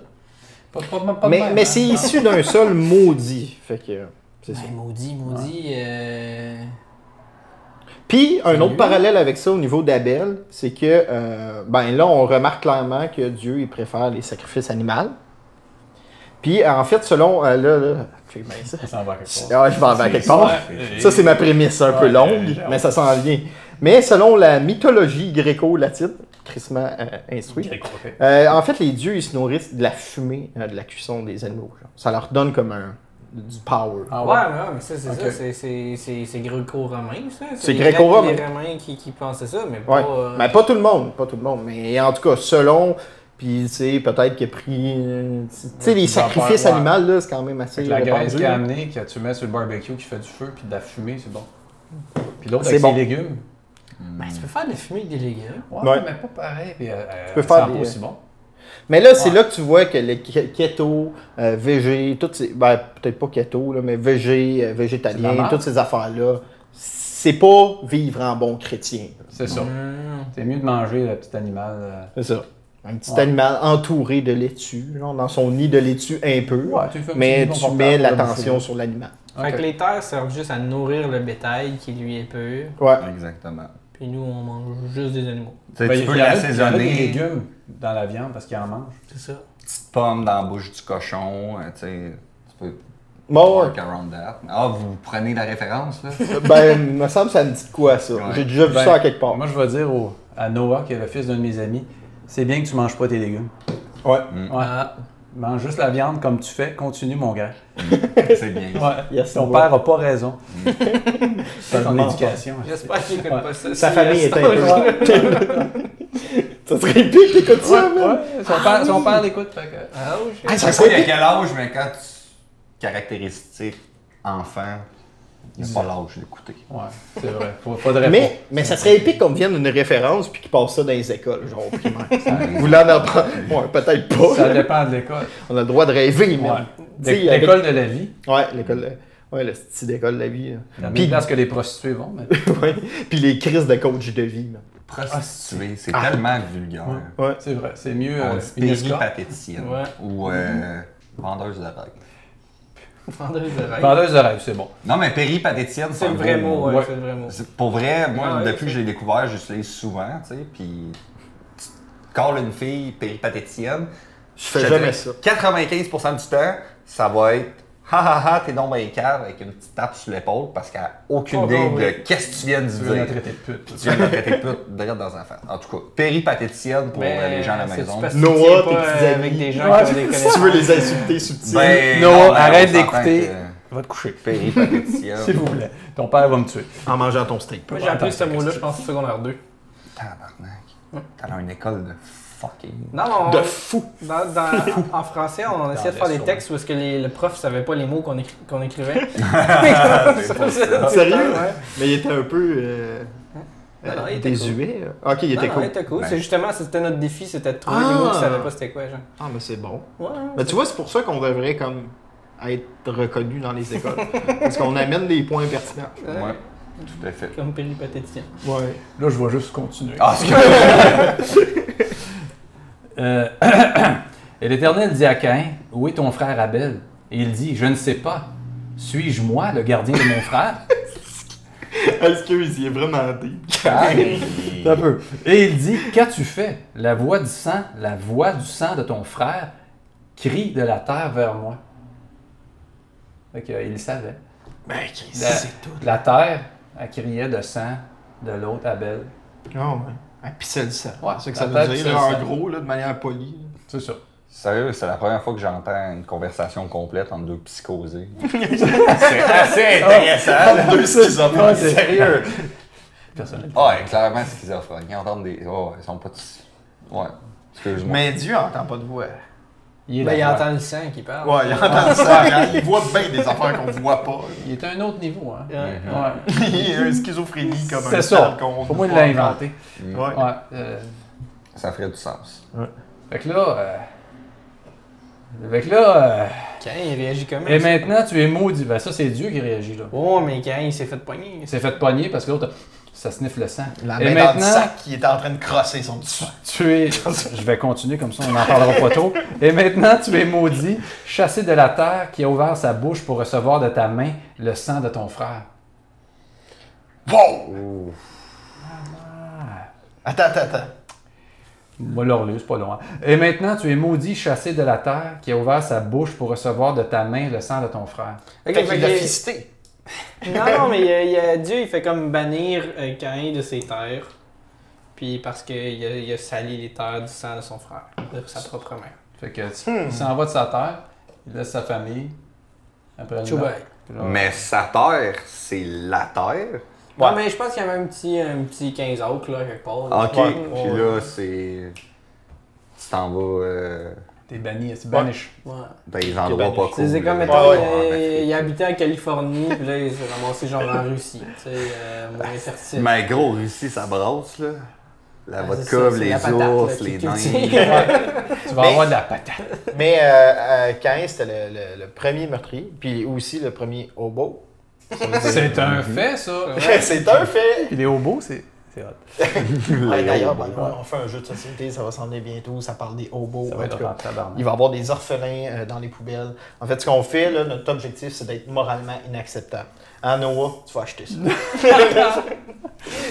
[SPEAKER 3] Pas, pas, pas, pas de
[SPEAKER 1] Mais,
[SPEAKER 3] même,
[SPEAKER 1] mais
[SPEAKER 3] hein.
[SPEAKER 1] c'est issu d'un sol maudit. Fait que euh, c'est ça.
[SPEAKER 4] Ben, maudit, maudit. euh,
[SPEAKER 1] Puis, un autre
[SPEAKER 4] Salut.
[SPEAKER 1] parallèle avec ça au niveau d'Abel, c'est que, euh, ben là, on remarque clairement que Dieu, il préfère les sacrifices animaux. Puis, en fait, selon. euh, là, là, j'ai bien ça.
[SPEAKER 3] Ça s'en va quelque part.
[SPEAKER 1] Ah, je m'en vais à quelque part.
[SPEAKER 3] Ouais.
[SPEAKER 1] Ça, c'est ma prémisse un peu
[SPEAKER 3] Ouais,
[SPEAKER 1] longue,
[SPEAKER 3] euh,
[SPEAKER 1] mais ça s'en vient. Mais selon la mythologie gréco-latine, crissement euh, instruite,
[SPEAKER 3] Ok.
[SPEAKER 1] euh, en fait, les dieux, ils se nourrissent de la fumée euh, de la cuisson des animaux. genre. Ça leur donne comme un, du power.
[SPEAKER 3] Ah
[SPEAKER 4] Ouais,
[SPEAKER 3] ouais.
[SPEAKER 4] ouais, mais ça, c'est
[SPEAKER 3] Ok.
[SPEAKER 4] ça. c'est- c'est- C'est c'est gréco-romain, ça.
[SPEAKER 1] C'est
[SPEAKER 4] les Grecs et
[SPEAKER 1] gréco-romain.
[SPEAKER 4] Les Romains qui, qui pensaient ça, mais pas.
[SPEAKER 1] Ouais. Ben,
[SPEAKER 4] euh,
[SPEAKER 1] Mais pas tout le monde, pas tout le monde. Mais en tout cas, selon. Puis, tu sais, peut-être qu'il a pris. euh, Tu sais, les
[SPEAKER 3] Ils en parlent,
[SPEAKER 1] sacrifices
[SPEAKER 3] ouais.
[SPEAKER 1] animaux, là, c'est hein. quand même assez.
[SPEAKER 3] Fait que la
[SPEAKER 1] répandu,
[SPEAKER 3] graisse qu'il a
[SPEAKER 1] là.
[SPEAKER 3] amenée, que tu mets sur le barbecue qui fait du feu, puis de la fumée, c'est bon. Puis l'autre
[SPEAKER 1] C'est
[SPEAKER 3] avec
[SPEAKER 1] bon.
[SPEAKER 3] ses légumes.
[SPEAKER 4] ben, tu peux faire de la fumée avec des légumes.
[SPEAKER 3] Ouais,
[SPEAKER 1] Ouais.
[SPEAKER 3] mais pas pareil. Puis, euh, tu
[SPEAKER 1] peux
[SPEAKER 3] peux
[SPEAKER 1] faire
[SPEAKER 3] faire
[SPEAKER 1] des-
[SPEAKER 3] pas aussi bon.
[SPEAKER 1] Mais là, c'est
[SPEAKER 3] Ouais.
[SPEAKER 1] là que tu vois que le ke- keto, euh, végé, toutes ces. Ben, peut-être pas keto, là, mais végé, euh,
[SPEAKER 3] C'est de la
[SPEAKER 1] végétalien,
[SPEAKER 3] merde.
[SPEAKER 1] toutes ces affaires-là, c'est pas vivre en bon chrétien.
[SPEAKER 3] C'est ça.
[SPEAKER 1] Mm.
[SPEAKER 4] Hmm.
[SPEAKER 3] C'est mieux de manger le petit animal. euh,
[SPEAKER 1] C'est ça. Un petit
[SPEAKER 3] Ouais.
[SPEAKER 1] animal entouré de laitue, genre, dans son nid de laitue un peu,
[SPEAKER 3] Ouais, tu fais un petit
[SPEAKER 1] mais
[SPEAKER 3] nid
[SPEAKER 1] tu
[SPEAKER 3] confortable
[SPEAKER 1] mets
[SPEAKER 3] pour la
[SPEAKER 1] l'attention
[SPEAKER 3] bouffer.
[SPEAKER 1] sur l'animal.
[SPEAKER 4] Fait que
[SPEAKER 3] Ok.
[SPEAKER 4] les terres servent juste à nourrir le bétail qui lui est pur,
[SPEAKER 1] Ouais.
[SPEAKER 2] Exactement.
[SPEAKER 4] puis nous, on mange juste des animaux.
[SPEAKER 2] Tu sais,
[SPEAKER 3] Ben,
[SPEAKER 2] tu
[SPEAKER 3] il
[SPEAKER 2] peux
[SPEAKER 3] y en a- il y en a des
[SPEAKER 2] l'assaisonner.
[SPEAKER 3] légumes dans la viande parce qu'il en mange.
[SPEAKER 4] C'est ça.
[SPEAKER 2] Petite pomme dans la bouche du cochon. euh, Tu sais, tu peux.
[SPEAKER 1] Bon,
[SPEAKER 2] work around that. Ah, vous prenez la référence, là?
[SPEAKER 1] ben, me semble que ça me dit de quoi, ça.
[SPEAKER 2] Ouais.
[SPEAKER 1] J'ai déjà vu
[SPEAKER 3] Ben,
[SPEAKER 1] ça à quelque part.
[SPEAKER 3] Moi, je vais dire au- à Noah, qui est le fils d'un de mes amis, c'est bien que tu manges pas tes légumes.
[SPEAKER 1] Ouais.
[SPEAKER 3] Ouais.
[SPEAKER 4] Ah.
[SPEAKER 3] mange juste la viande comme tu fais, continue mon gars.
[SPEAKER 2] C'est bien.
[SPEAKER 1] Yes,
[SPEAKER 3] Ton
[SPEAKER 1] boy.
[SPEAKER 3] père n'a pas raison. C'est ton éducation. hein.
[SPEAKER 4] J'espère qu'il écoute
[SPEAKER 3] Ouais.
[SPEAKER 4] pas ça.
[SPEAKER 1] Sa
[SPEAKER 4] si,
[SPEAKER 1] famille
[SPEAKER 4] euh,
[SPEAKER 1] était un peu. ça serait épique, écoute ça, man.
[SPEAKER 3] Ouais, son père, son père l'écoute. fait que-
[SPEAKER 4] Ah, oh, shit.
[SPEAKER 1] Ah,
[SPEAKER 2] Je
[SPEAKER 1] ça
[SPEAKER 2] sais
[SPEAKER 1] serait
[SPEAKER 2] pas il y a
[SPEAKER 1] épique.
[SPEAKER 2] quel âge, mais quand tu caractéristiques enfant, il n'y a pas l'âge d'écouter.
[SPEAKER 3] Ouais, c'est vrai. Faut- Faudrait pas.
[SPEAKER 1] Mais, mais ça serait épique qu'on vienne d'une référence puis qu'ils passent ça dans les écoles, genre au primaire. Voulant en prendre. Ouais, peut-être pas.
[SPEAKER 3] Ça dépend de l'école.
[SPEAKER 1] On a le droit de rêver, mais.
[SPEAKER 3] Ouais.
[SPEAKER 1] Tu sais,
[SPEAKER 3] L'é-
[SPEAKER 1] avec-
[SPEAKER 3] L'école de la vie.
[SPEAKER 1] Ouais, l'école. de- Ouais, le style d'école de la vie. là.
[SPEAKER 3] La
[SPEAKER 1] Puis-
[SPEAKER 3] même place que les prostituées vont. Mais...
[SPEAKER 1] Ouais. Puis les crises de coach de vie. là.
[SPEAKER 2] Prostituée, c'est
[SPEAKER 1] Ah.
[SPEAKER 2] tellement vulgaire.
[SPEAKER 1] Ouais.
[SPEAKER 3] C'est vrai. C'est mieux
[SPEAKER 2] On
[SPEAKER 3] euh,
[SPEAKER 2] dit
[SPEAKER 3] une escorte.
[SPEAKER 2] péripatéticienne
[SPEAKER 4] Ouais.
[SPEAKER 2] ou euh, vendeuse de rêve.
[SPEAKER 4] Vendeuse de rêve.
[SPEAKER 3] Vendeuse de rêve, c'est bon.
[SPEAKER 2] Non, mais péripatéticienne,
[SPEAKER 4] C'est
[SPEAKER 2] un
[SPEAKER 4] le vrai
[SPEAKER 2] beau
[SPEAKER 4] mot, ouais,
[SPEAKER 3] Ouais.
[SPEAKER 4] c'est le vrai mot.
[SPEAKER 2] C'est- Pour vrai, moi,
[SPEAKER 4] Ah ouais,
[SPEAKER 2] depuis que je l'ai découvert, je l'utilise souvent, tu sais, puis tu calls une fille péripatéticienne.
[SPEAKER 1] Je fais
[SPEAKER 2] te
[SPEAKER 1] jamais
[SPEAKER 2] dirais,
[SPEAKER 1] ça.
[SPEAKER 2] 95% du temps, ça va être « Ha ha ha, t'es donc bien cave » avec une petite tape sur l'épaule parce qu'elle a aucune
[SPEAKER 4] Oh,
[SPEAKER 2] idée
[SPEAKER 4] non,
[SPEAKER 2] de
[SPEAKER 4] oui.
[SPEAKER 2] qu'est-ce que tu viens de
[SPEAKER 3] Tu veux la
[SPEAKER 2] dire.
[SPEAKER 3] traiter de pute.
[SPEAKER 2] Tu viens de la traiter de pute derrière dans un fan. En tout cas, péripatéticienne pour euh, les gens à la
[SPEAKER 4] c'est-tu
[SPEAKER 2] maison.
[SPEAKER 4] Ben, parce que tu
[SPEAKER 1] Noah,
[SPEAKER 4] tiens
[SPEAKER 1] tes
[SPEAKER 4] pas,
[SPEAKER 1] petits
[SPEAKER 4] euh,
[SPEAKER 1] amis.
[SPEAKER 4] avec des gens
[SPEAKER 1] Ouais,
[SPEAKER 4] qui ont des
[SPEAKER 1] Si tu
[SPEAKER 4] connaissances.
[SPEAKER 1] veux les insulter subtiles.
[SPEAKER 2] Ben,
[SPEAKER 3] Non,
[SPEAKER 2] mais
[SPEAKER 3] arrête
[SPEAKER 2] on s'entend
[SPEAKER 3] d'écouter.
[SPEAKER 2] que
[SPEAKER 3] Va te coucher.
[SPEAKER 2] Péripatéticienne.
[SPEAKER 3] S'il vous plaît. Ton père va me tuer.
[SPEAKER 1] En mangeant ton steak.
[SPEAKER 4] Moi, j'ai appris ce mot-là, je pense, en secondaire 2.
[SPEAKER 2] Tabarnak. T'as une école de fucking...
[SPEAKER 4] Non, on-
[SPEAKER 1] De fou.
[SPEAKER 4] dans- dans- en français, on essayait de faire des
[SPEAKER 3] leçon.
[SPEAKER 4] textes où est-ce que les- le prof savait pas les mots qu'on écri- qu'on écrivait.
[SPEAKER 1] Sérieux?
[SPEAKER 4] Ouais.
[SPEAKER 1] Mais il était un peu. euh,
[SPEAKER 4] Non, non,
[SPEAKER 1] euh,
[SPEAKER 4] il était
[SPEAKER 1] désuet. là. Ok, il
[SPEAKER 4] Non,
[SPEAKER 1] était
[SPEAKER 4] non,
[SPEAKER 1] cool.
[SPEAKER 4] il était cool.
[SPEAKER 2] Ben.
[SPEAKER 4] C'est justement, c'était notre défi, c'était de trouver
[SPEAKER 1] Ah.
[SPEAKER 4] des mots qu'ils savaient pas c'était quoi, genre.
[SPEAKER 1] Ah, mais c'est bon.
[SPEAKER 4] Ouais.
[SPEAKER 1] Mais tu vois, c'est pour ça qu'on devrait comme être reconnu dans les écoles. parce qu'on amène des points pertinents.
[SPEAKER 2] Ouais, tout à fait.
[SPEAKER 4] Comme péripatéticien.
[SPEAKER 1] Ouais.
[SPEAKER 3] Là, je vais juste continuer.
[SPEAKER 2] Ah, c'est que...
[SPEAKER 3] Euh, et l'Éternel dit à Caïn, Où est ton frère Abel Et il dit, Je ne sais pas. Suis-je moi le gardien de mon frère
[SPEAKER 1] Excuse, il est vraiment deep.
[SPEAKER 3] Un peu. Et il dit, Qu'as-tu fait La voix du sang, la voix du sang de ton frère crie de la terre vers moi. Fait que, euh, il savait.
[SPEAKER 1] Ben, Chris,
[SPEAKER 3] La,
[SPEAKER 1] c'est tout.
[SPEAKER 3] la terre, elle criait de sang de l'autre Abel.
[SPEAKER 1] Non, ouais. Ah, Puis c'est le sang.
[SPEAKER 3] Ouais,
[SPEAKER 1] c'est ce que ça
[SPEAKER 3] la
[SPEAKER 1] veut
[SPEAKER 3] tête,
[SPEAKER 1] dire, là,
[SPEAKER 3] c'est le
[SPEAKER 1] en
[SPEAKER 3] sang.
[SPEAKER 1] gros, là, de manière polie. là.
[SPEAKER 3] C'est ça.
[SPEAKER 2] Sérieux, c'est la première fois que j'entends une conversation complète entre deux psychosés. c'est assez intéressant.
[SPEAKER 1] Deux saisons.
[SPEAKER 2] là. Sérieux. Ah,
[SPEAKER 3] Personnel.
[SPEAKER 2] Ouais, clairement schizophrène. Ils entendent des. Ah, Ouais, ils sont pas. tous- Ouais. Excuse-moi.
[SPEAKER 1] Mais Dieu entend pas de voix.
[SPEAKER 3] Il, est
[SPEAKER 4] Ben, il
[SPEAKER 3] la voix.
[SPEAKER 4] entend le sang qui parle.
[SPEAKER 1] Ouais, il entend ça. Il voit bien des affaires qu'on voit pas.
[SPEAKER 3] Il est à un autre niveau. Hein?
[SPEAKER 4] Ouais.
[SPEAKER 3] Ouais.
[SPEAKER 1] Il a une schizophrénie comme un
[SPEAKER 3] C'est
[SPEAKER 1] stade
[SPEAKER 3] ça.
[SPEAKER 1] qu'on
[SPEAKER 3] Pour moi, il
[SPEAKER 1] voit
[SPEAKER 3] l'a inventé.
[SPEAKER 4] Mm.
[SPEAKER 1] encore. Ouais.
[SPEAKER 3] Ouais, euh,
[SPEAKER 2] Ça ferait du sens.
[SPEAKER 3] Fait que là. euh, Fait que là. euh,
[SPEAKER 4] Cain, il réagit comment?
[SPEAKER 3] Et maintenant, tu es maudit. Ben, ça, c'est Dieu qui réagit, là.
[SPEAKER 4] Oh, mais Cain, il s'est fait pogner.
[SPEAKER 3] Il s'est fait pogner parce que l'autre, ça sniffe le sang.
[SPEAKER 1] La
[SPEAKER 3] Et
[SPEAKER 1] main dans le
[SPEAKER 3] maintenant,
[SPEAKER 1] sac, il est en train de crosser son petit
[SPEAKER 3] tu es. Je vais continuer comme ça, on n'en parlera pas trop. Et maintenant, tu es maudit, chassé de la terre qui a ouvert sa bouche pour recevoir de ta main le sang de ton frère.
[SPEAKER 1] Wow! Attends, attends, attends.
[SPEAKER 3] Moi, l'orlu, c'est pas loin. Et maintenant, tu es maudit, chassé de la terre qui a ouvert sa bouche pour recevoir de ta main le sang de ton frère.
[SPEAKER 4] Ok,
[SPEAKER 1] Fait
[SPEAKER 4] fait
[SPEAKER 1] qu'il l'a
[SPEAKER 4] que-
[SPEAKER 1] fisté.
[SPEAKER 4] Non, non, mais il y a- il y a- Dieu, il fait comme bannir euh, Caïn de ses terres. Puis parce qu'il a, il a sali les terres du sang de son frère, de sa propre mère.
[SPEAKER 3] Fait que,
[SPEAKER 1] Hmm.
[SPEAKER 3] il s'en va de sa terre, il laisse sa famille. Après,
[SPEAKER 4] Too bad.
[SPEAKER 3] là-
[SPEAKER 2] Mais sa terre, c'est la terre.
[SPEAKER 4] Ouais, mais je pense qu'il y avait un petit, un petit 15 autres, là, quelque part.
[SPEAKER 2] Ok.
[SPEAKER 4] Ouais.
[SPEAKER 2] Puis là, c'est. Tu t'en vas. euh,
[SPEAKER 3] T'es banni, c'est banish.
[SPEAKER 4] Ouais.
[SPEAKER 2] dans les endroits pas cool.
[SPEAKER 4] C'est c'est ben, comme,
[SPEAKER 2] là.
[SPEAKER 4] mettons, euh,
[SPEAKER 1] Ouais,
[SPEAKER 4] il-
[SPEAKER 2] En
[SPEAKER 4] il,
[SPEAKER 2] Afrique.
[SPEAKER 4] habitait en Californie, puis là, il s'est ramassé genre en Russie. Tu sais, euh,
[SPEAKER 2] Ah,
[SPEAKER 4] moins fertile.
[SPEAKER 2] Mais gros, Russie, ça brasse, là. La
[SPEAKER 4] Ouais, Ah, Ben, c'est
[SPEAKER 2] vodka,
[SPEAKER 4] ça, c'est
[SPEAKER 2] les
[SPEAKER 4] la patate, là,
[SPEAKER 2] ours,
[SPEAKER 4] qui
[SPEAKER 2] les
[SPEAKER 4] cultive.
[SPEAKER 2] nains.
[SPEAKER 3] Tu vas
[SPEAKER 1] Mais-
[SPEAKER 3] avoir de la patate.
[SPEAKER 1] Mais euh, euh, Caïn, c'était le, le- le premier meurtrier, puis aussi le premier hobo.
[SPEAKER 3] C'est
[SPEAKER 1] Mhm.
[SPEAKER 3] un fait, ça.
[SPEAKER 1] c'est un fait!
[SPEAKER 3] Puis les hobos, c'est. C'est hot.
[SPEAKER 1] Ouais, D'ailleurs, ben, on fait un jeu de société, ça va s'en aller bientôt, ça parle des hobos.
[SPEAKER 3] Ça va
[SPEAKER 1] en
[SPEAKER 3] être
[SPEAKER 1] tout cas.
[SPEAKER 3] en tabarnak.
[SPEAKER 1] Il va y avoir des orphelins euh, dans les poubelles. En fait, ce qu'on fait, là, notre objectif, c'est d'être moralement inacceptable. Hein, Noah, tu vas acheter ça.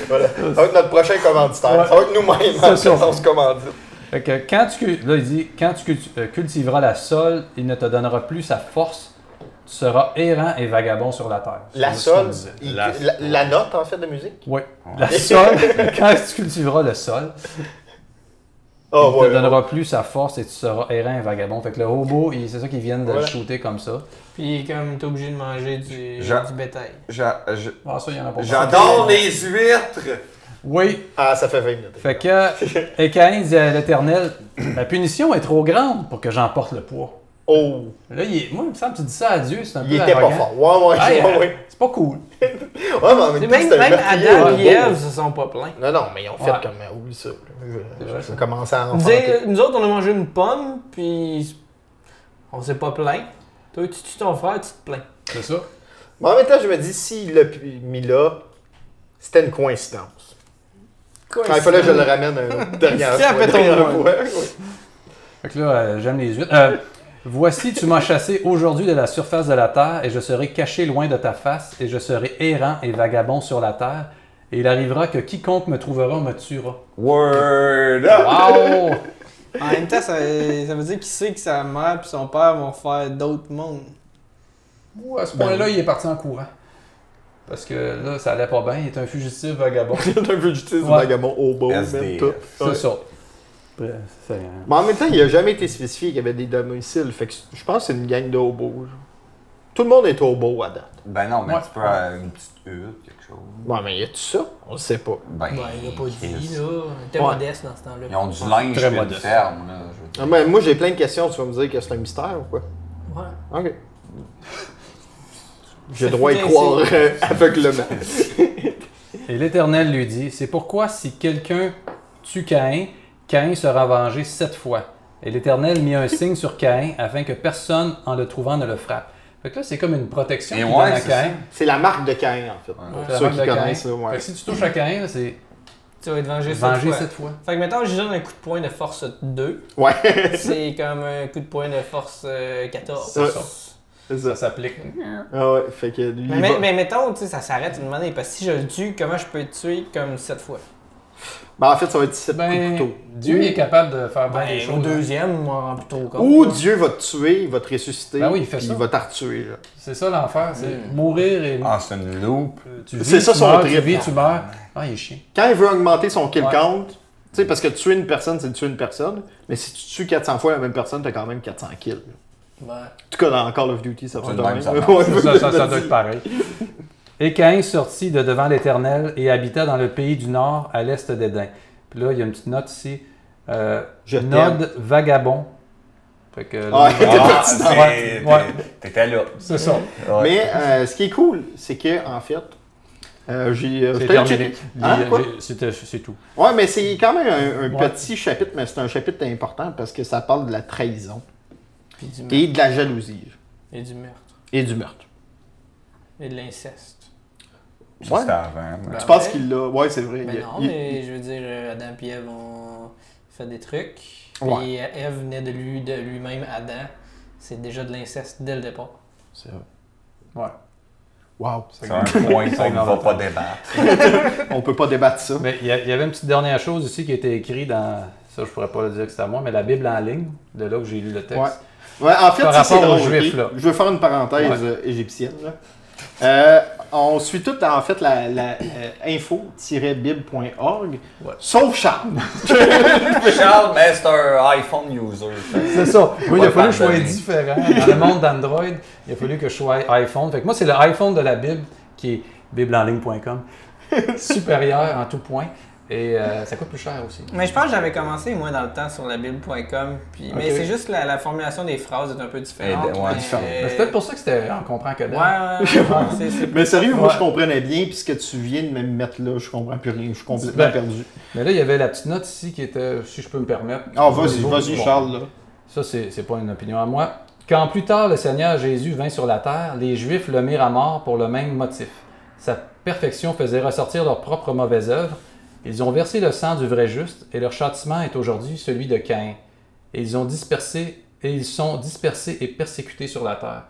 [SPEAKER 1] voilà. Ça va être notre prochain commanditaire. Ça va être nous-mêmes en fait,
[SPEAKER 3] C'est ça.
[SPEAKER 1] on se commandite.
[SPEAKER 3] Fait que quand tu, cul- là, il dit, quand tu culti- euh, cultiveras la sol, il ne te donnera plus sa force. Tu seras errant et vagabond sur la terre.
[SPEAKER 1] La
[SPEAKER 3] C'est ce qu'on
[SPEAKER 1] sol,
[SPEAKER 3] disait.
[SPEAKER 1] il-
[SPEAKER 2] La-
[SPEAKER 1] la, la note, en fait, de musique.
[SPEAKER 3] Oui. La sol, quand tu cultiveras le sol,
[SPEAKER 1] Ah,
[SPEAKER 3] il
[SPEAKER 1] ouais,
[SPEAKER 3] te donnera plus sa force et tu seras errant et vagabond. Fait que le robot, il- c'est ça qu'ils viennent de le
[SPEAKER 1] Ouais.
[SPEAKER 3] shooter comme ça.
[SPEAKER 4] Puis comme t'es obligé de manger du,
[SPEAKER 5] Jean-
[SPEAKER 4] du bétail.
[SPEAKER 5] J'a- j'a-
[SPEAKER 3] Ah, ça, il y en a pas.
[SPEAKER 5] J'adore les huîtres!
[SPEAKER 3] Oui,
[SPEAKER 1] Ah, ça fait 20 minutes.
[SPEAKER 3] Fait que, et Caïn dit à l'Éternel, la punition est trop grande pour que j'emporte le poids.
[SPEAKER 1] Oh,
[SPEAKER 3] Là, il est- moi, il me semble que tu dis ça à Dieu, c'est un peu
[SPEAKER 1] il était pas
[SPEAKER 3] arrogant.
[SPEAKER 1] fort. Ouais, ouais,
[SPEAKER 3] Hey,
[SPEAKER 1] ouais,
[SPEAKER 3] euh,
[SPEAKER 1] ouais.
[SPEAKER 3] C'est pas cool.
[SPEAKER 1] Ouais, mais en même
[SPEAKER 4] Même,
[SPEAKER 1] temps, c'est un
[SPEAKER 4] même
[SPEAKER 1] meurtrier,
[SPEAKER 4] Adam
[SPEAKER 1] ouais.
[SPEAKER 4] et Ève se sont pas plaints.
[SPEAKER 1] Non, non, mais ils ont fait
[SPEAKER 3] Ouais.
[SPEAKER 1] comme. euh, Oublie ça. là. Je-
[SPEAKER 3] vrai,
[SPEAKER 1] Je vais commencer à en
[SPEAKER 4] Nous,
[SPEAKER 1] faire.
[SPEAKER 4] autres- nous autres, on a mangé une pomme, puis on s'est pas plaint. Toi, tu tues ton frère, tu te plains.
[SPEAKER 3] C'est ça.
[SPEAKER 1] Mais en même temps, je me dis, s'il l'a pu- mis là, c'était une coïncidence. Ah, il fallait que je le ramène un dernier
[SPEAKER 4] Tiens, fais ton rôle.
[SPEAKER 3] Fait que là, euh, j'aime les huîtres. Euh, Voici, tu m'as chassé aujourd'hui de la surface de la terre, et je serai caché loin de ta face, et je serai errant et vagabond sur la terre, et il arrivera que quiconque me trouvera me tuera.
[SPEAKER 5] Word up!
[SPEAKER 3] Wow!
[SPEAKER 4] Ah, oh! En même temps, ça, ça veut dire qu'il sait que sa mère et son père vont faire d'autres mondes.
[SPEAKER 3] Ouh, à ce
[SPEAKER 1] Ben
[SPEAKER 3] point-là, il est parti en courant. Parce que là, ça allait pas bien, il est un fugitif vagabond.
[SPEAKER 1] C'est un peu justice,
[SPEAKER 3] Ouais.
[SPEAKER 1] vagabond, au beau, même
[SPEAKER 5] SDF.
[SPEAKER 1] tout.
[SPEAKER 3] C'est
[SPEAKER 1] Ouais.
[SPEAKER 3] ça. Bref, c'est rien.
[SPEAKER 1] Mais en même temps, il n'a jamais été spécifié qu'il y avait des domiciles. Fait que je pense que c'est une gang de hobos. genre. Tout le monde est hobo à date.
[SPEAKER 5] Ben non, mais
[SPEAKER 3] Ouais.
[SPEAKER 5] tu peux avoir une petite hutte, quelque chose.
[SPEAKER 1] Bon, mais y a-tu ça? On le sait pas.
[SPEAKER 5] Ben, Chris.
[SPEAKER 4] là. Il était
[SPEAKER 1] Ouais.
[SPEAKER 4] modeste dans ce temps-là.
[SPEAKER 5] Ils ont du linge
[SPEAKER 3] Très
[SPEAKER 5] sur une
[SPEAKER 3] modeste.
[SPEAKER 5] ferme, là. je veux dire.
[SPEAKER 1] Ah, mais moi, j'ai plein de questions. Tu vas me dire que c'est un mystère ou quoi?
[SPEAKER 4] Ouais.
[SPEAKER 1] Ok. J'ai
[SPEAKER 4] Ça
[SPEAKER 1] droit à y
[SPEAKER 4] fait
[SPEAKER 1] croire euh, aveuglement.
[SPEAKER 3] Et l'Éternel lui dit, c'est pourquoi si quelqu'un tue Caïn, Caïn sera vengé sept fois. Et l'Éternel mit un signe sur Caïn afin que personne, en le trouvant, ne le frappe. Fait que là, c'est comme une protection
[SPEAKER 5] Et
[SPEAKER 3] qui
[SPEAKER 5] ouais,
[SPEAKER 3] donne à
[SPEAKER 5] c'est
[SPEAKER 3] Caïn.
[SPEAKER 1] C'est la marque de Cain, en fait.
[SPEAKER 5] Ouais.
[SPEAKER 1] Pour
[SPEAKER 3] C'est la
[SPEAKER 1] ceux
[SPEAKER 3] marque
[SPEAKER 1] qui
[SPEAKER 3] de Caïn.
[SPEAKER 1] connaissent, là,
[SPEAKER 3] Fait
[SPEAKER 1] ouais.
[SPEAKER 3] que si tu touches à Caïn, là, c'est
[SPEAKER 4] Tu vas être vengé cette
[SPEAKER 3] vengé
[SPEAKER 4] fois.
[SPEAKER 3] sept fois.
[SPEAKER 4] Fait que maintenant, je donne un coup de poing de force 2.
[SPEAKER 1] Ouais,
[SPEAKER 4] C'est comme un coup de poing de force euh, 14.
[SPEAKER 1] Ça. c'est
[SPEAKER 3] Ça
[SPEAKER 1] ça.
[SPEAKER 3] s'applique.
[SPEAKER 1] Ah ouais, fait que lui.
[SPEAKER 4] Mais,
[SPEAKER 1] il
[SPEAKER 4] mais,
[SPEAKER 1] va-
[SPEAKER 4] mais mettons, tu sais, ça s'arrête une manière. Parce que si je le tue, comment je peux le tuer comme 7 fois?
[SPEAKER 1] Ben, en fait, ça va être 17
[SPEAKER 3] Ben,
[SPEAKER 1] coups de couteau.
[SPEAKER 3] Dieu est capable de faire bien des
[SPEAKER 4] Ben, au
[SPEAKER 3] choses.
[SPEAKER 4] deuxième, on m'en rend plutôt compte.
[SPEAKER 1] Ou
[SPEAKER 4] là.
[SPEAKER 1] Dieu va te tuer, il va te ressusciter.
[SPEAKER 3] Ben oui, il fait
[SPEAKER 1] puis
[SPEAKER 3] ça.
[SPEAKER 1] Il va t'artuer, là.
[SPEAKER 3] C'est ça l'enfer, c'est mourir et
[SPEAKER 5] Ah, c'est une loupe.
[SPEAKER 3] tu vis,
[SPEAKER 1] Hmm. c'est ça
[SPEAKER 3] tu
[SPEAKER 1] son
[SPEAKER 3] meurs, tu
[SPEAKER 1] trip.
[SPEAKER 3] vis, tu meurs. Ah, il est chiant.
[SPEAKER 1] Quand il veut augmenter son kill
[SPEAKER 3] Ouais.
[SPEAKER 1] count, tu sais, parce que tuer une personne, c'est tuer une personne, mais si tu tues 400 fois la même personne, t'as quand même 400 kills. là. En tout cas, dans Call of Duty, ça
[SPEAKER 5] C'est
[SPEAKER 1] va
[SPEAKER 5] le même, ça marche.
[SPEAKER 3] ça, ça, ça doit être pareil. Et Caïn sortit de devant l'Éternel et habita dans le pays du nord, à l'est d'Éden. Puis là, il y a une petite note ici. Euh,
[SPEAKER 1] Je
[SPEAKER 3] Nod vagabond. Fait que là,
[SPEAKER 1] Ah, t'es
[SPEAKER 5] Ah,
[SPEAKER 1] parti dans-
[SPEAKER 5] c'est-
[SPEAKER 3] Ouais.
[SPEAKER 5] t'es- T'étais là.
[SPEAKER 3] C'est ça.
[SPEAKER 1] Mais euh, ce qui est cool, c'est que en fait, euh, j'ai. euh,
[SPEAKER 3] C'est
[SPEAKER 1] j'étais allé
[SPEAKER 3] terminé.
[SPEAKER 1] checker.
[SPEAKER 3] Il-
[SPEAKER 1] Hein, quoi?
[SPEAKER 3] j'ai- c'était- C'est tout.
[SPEAKER 1] Ouais, mais c'est quand même un, un
[SPEAKER 3] Ouais.
[SPEAKER 1] petit chapitre, mais c'est un chapitre important parce que ça parle de la trahison
[SPEAKER 4] Puis du meurtre.
[SPEAKER 1] et de la jalousie
[SPEAKER 4] Et du meurtre.
[SPEAKER 1] et du meurtre.
[SPEAKER 4] Et de l'inceste.
[SPEAKER 5] Ça,
[SPEAKER 1] Ouais.
[SPEAKER 5] C'était avant. ouais. Ben,
[SPEAKER 3] Ben
[SPEAKER 1] Tu penses
[SPEAKER 4] ouais.
[SPEAKER 1] qu'il l'a. Ouais, c'est vrai.
[SPEAKER 4] Ben
[SPEAKER 1] il-
[SPEAKER 4] non,
[SPEAKER 1] il-
[SPEAKER 4] mais je veux dire, euh, Adam et Ève ont fait des trucs.
[SPEAKER 1] Ouais.
[SPEAKER 4] Et Ève venait de lui- de lui-même, Adam. C'est déjà de l'inceste dès le départ.
[SPEAKER 1] C'est vrai.
[SPEAKER 3] Ouais.
[SPEAKER 1] Wow.
[SPEAKER 5] C'est un point
[SPEAKER 3] C'est
[SPEAKER 5] qu'on ne va
[SPEAKER 3] inventé.
[SPEAKER 5] pas débattre.
[SPEAKER 1] On peut pas débattre ça.
[SPEAKER 3] Mais il y, a- il y avait une petite dernière chose aussi qui était écrite dans. Ça, je pourrais pas le dire que c'est à moi, mais la Bible en ligne, de là où j'ai lu le texte.
[SPEAKER 1] Ouais. Ouais, en fait,
[SPEAKER 3] Par
[SPEAKER 1] ça, c'est
[SPEAKER 3] rapport aux
[SPEAKER 1] drôle,
[SPEAKER 3] Juifs,
[SPEAKER 1] ok?
[SPEAKER 3] là.
[SPEAKER 1] Je veux faire une parenthèse euh, égyptienne. là. Euh, on suit tout en fait la, la, euh, info-bib.org,
[SPEAKER 3] Ouais.
[SPEAKER 1] sauf Charles.
[SPEAKER 5] Charles, mais c'est un iPhone user. fait.
[SPEAKER 3] C'est ça. Moi, il a
[SPEAKER 5] Ouais,
[SPEAKER 3] fallu que je sois
[SPEAKER 5] pardon.
[SPEAKER 3] différent. Dans le monde d'Android, il a fallu que je sois iPhone. Fait que moi, c'est le iPhone de la Bible qui est bibleenligne.com, supérieur en tout point. Et euh, ça coûte plus cher aussi.
[SPEAKER 4] Mais je pense que j'avais commencé, moi, dans le temps, sur la Bible.com. Puis... Mais
[SPEAKER 3] Ok.
[SPEAKER 4] c'est juste la, la formulation des phrases est un peu différente.
[SPEAKER 5] Eh ben, ouais,
[SPEAKER 4] mais-
[SPEAKER 5] différente.
[SPEAKER 3] Mais C'est peut-être pour ça que c'était on comprend que
[SPEAKER 4] Ouais,
[SPEAKER 3] dalle.
[SPEAKER 4] ouais, ouais, c'est- c'est-
[SPEAKER 1] Mais sérieux, moi
[SPEAKER 3] Ouais.
[SPEAKER 1] je comprenais bien, puis ce que tu viens de me mettre là, je comprends plus rien, je suis complètement
[SPEAKER 3] Ben,
[SPEAKER 1] perdu.
[SPEAKER 3] Mais là, il y avait la petite note ici qui était, si je peux me permettre.
[SPEAKER 1] Ah, vas-y,
[SPEAKER 3] Bon,
[SPEAKER 1] vas-y,
[SPEAKER 3] bon.
[SPEAKER 1] Charles, là.
[SPEAKER 3] Ça, c'est c'est pas une opinion à moi. Quand plus tard le Seigneur Jésus vint sur la terre, les Juifs le mirent à mort pour le même motif. Sa perfection faisait ressortir leur propre mauvaise œuvre. Ils ont versé le sang du vrai juste, et leur châtiment est aujourd'hui celui de Caïn. Et ils ont dispersé, et ils sont dispersés et persécutés sur la terre.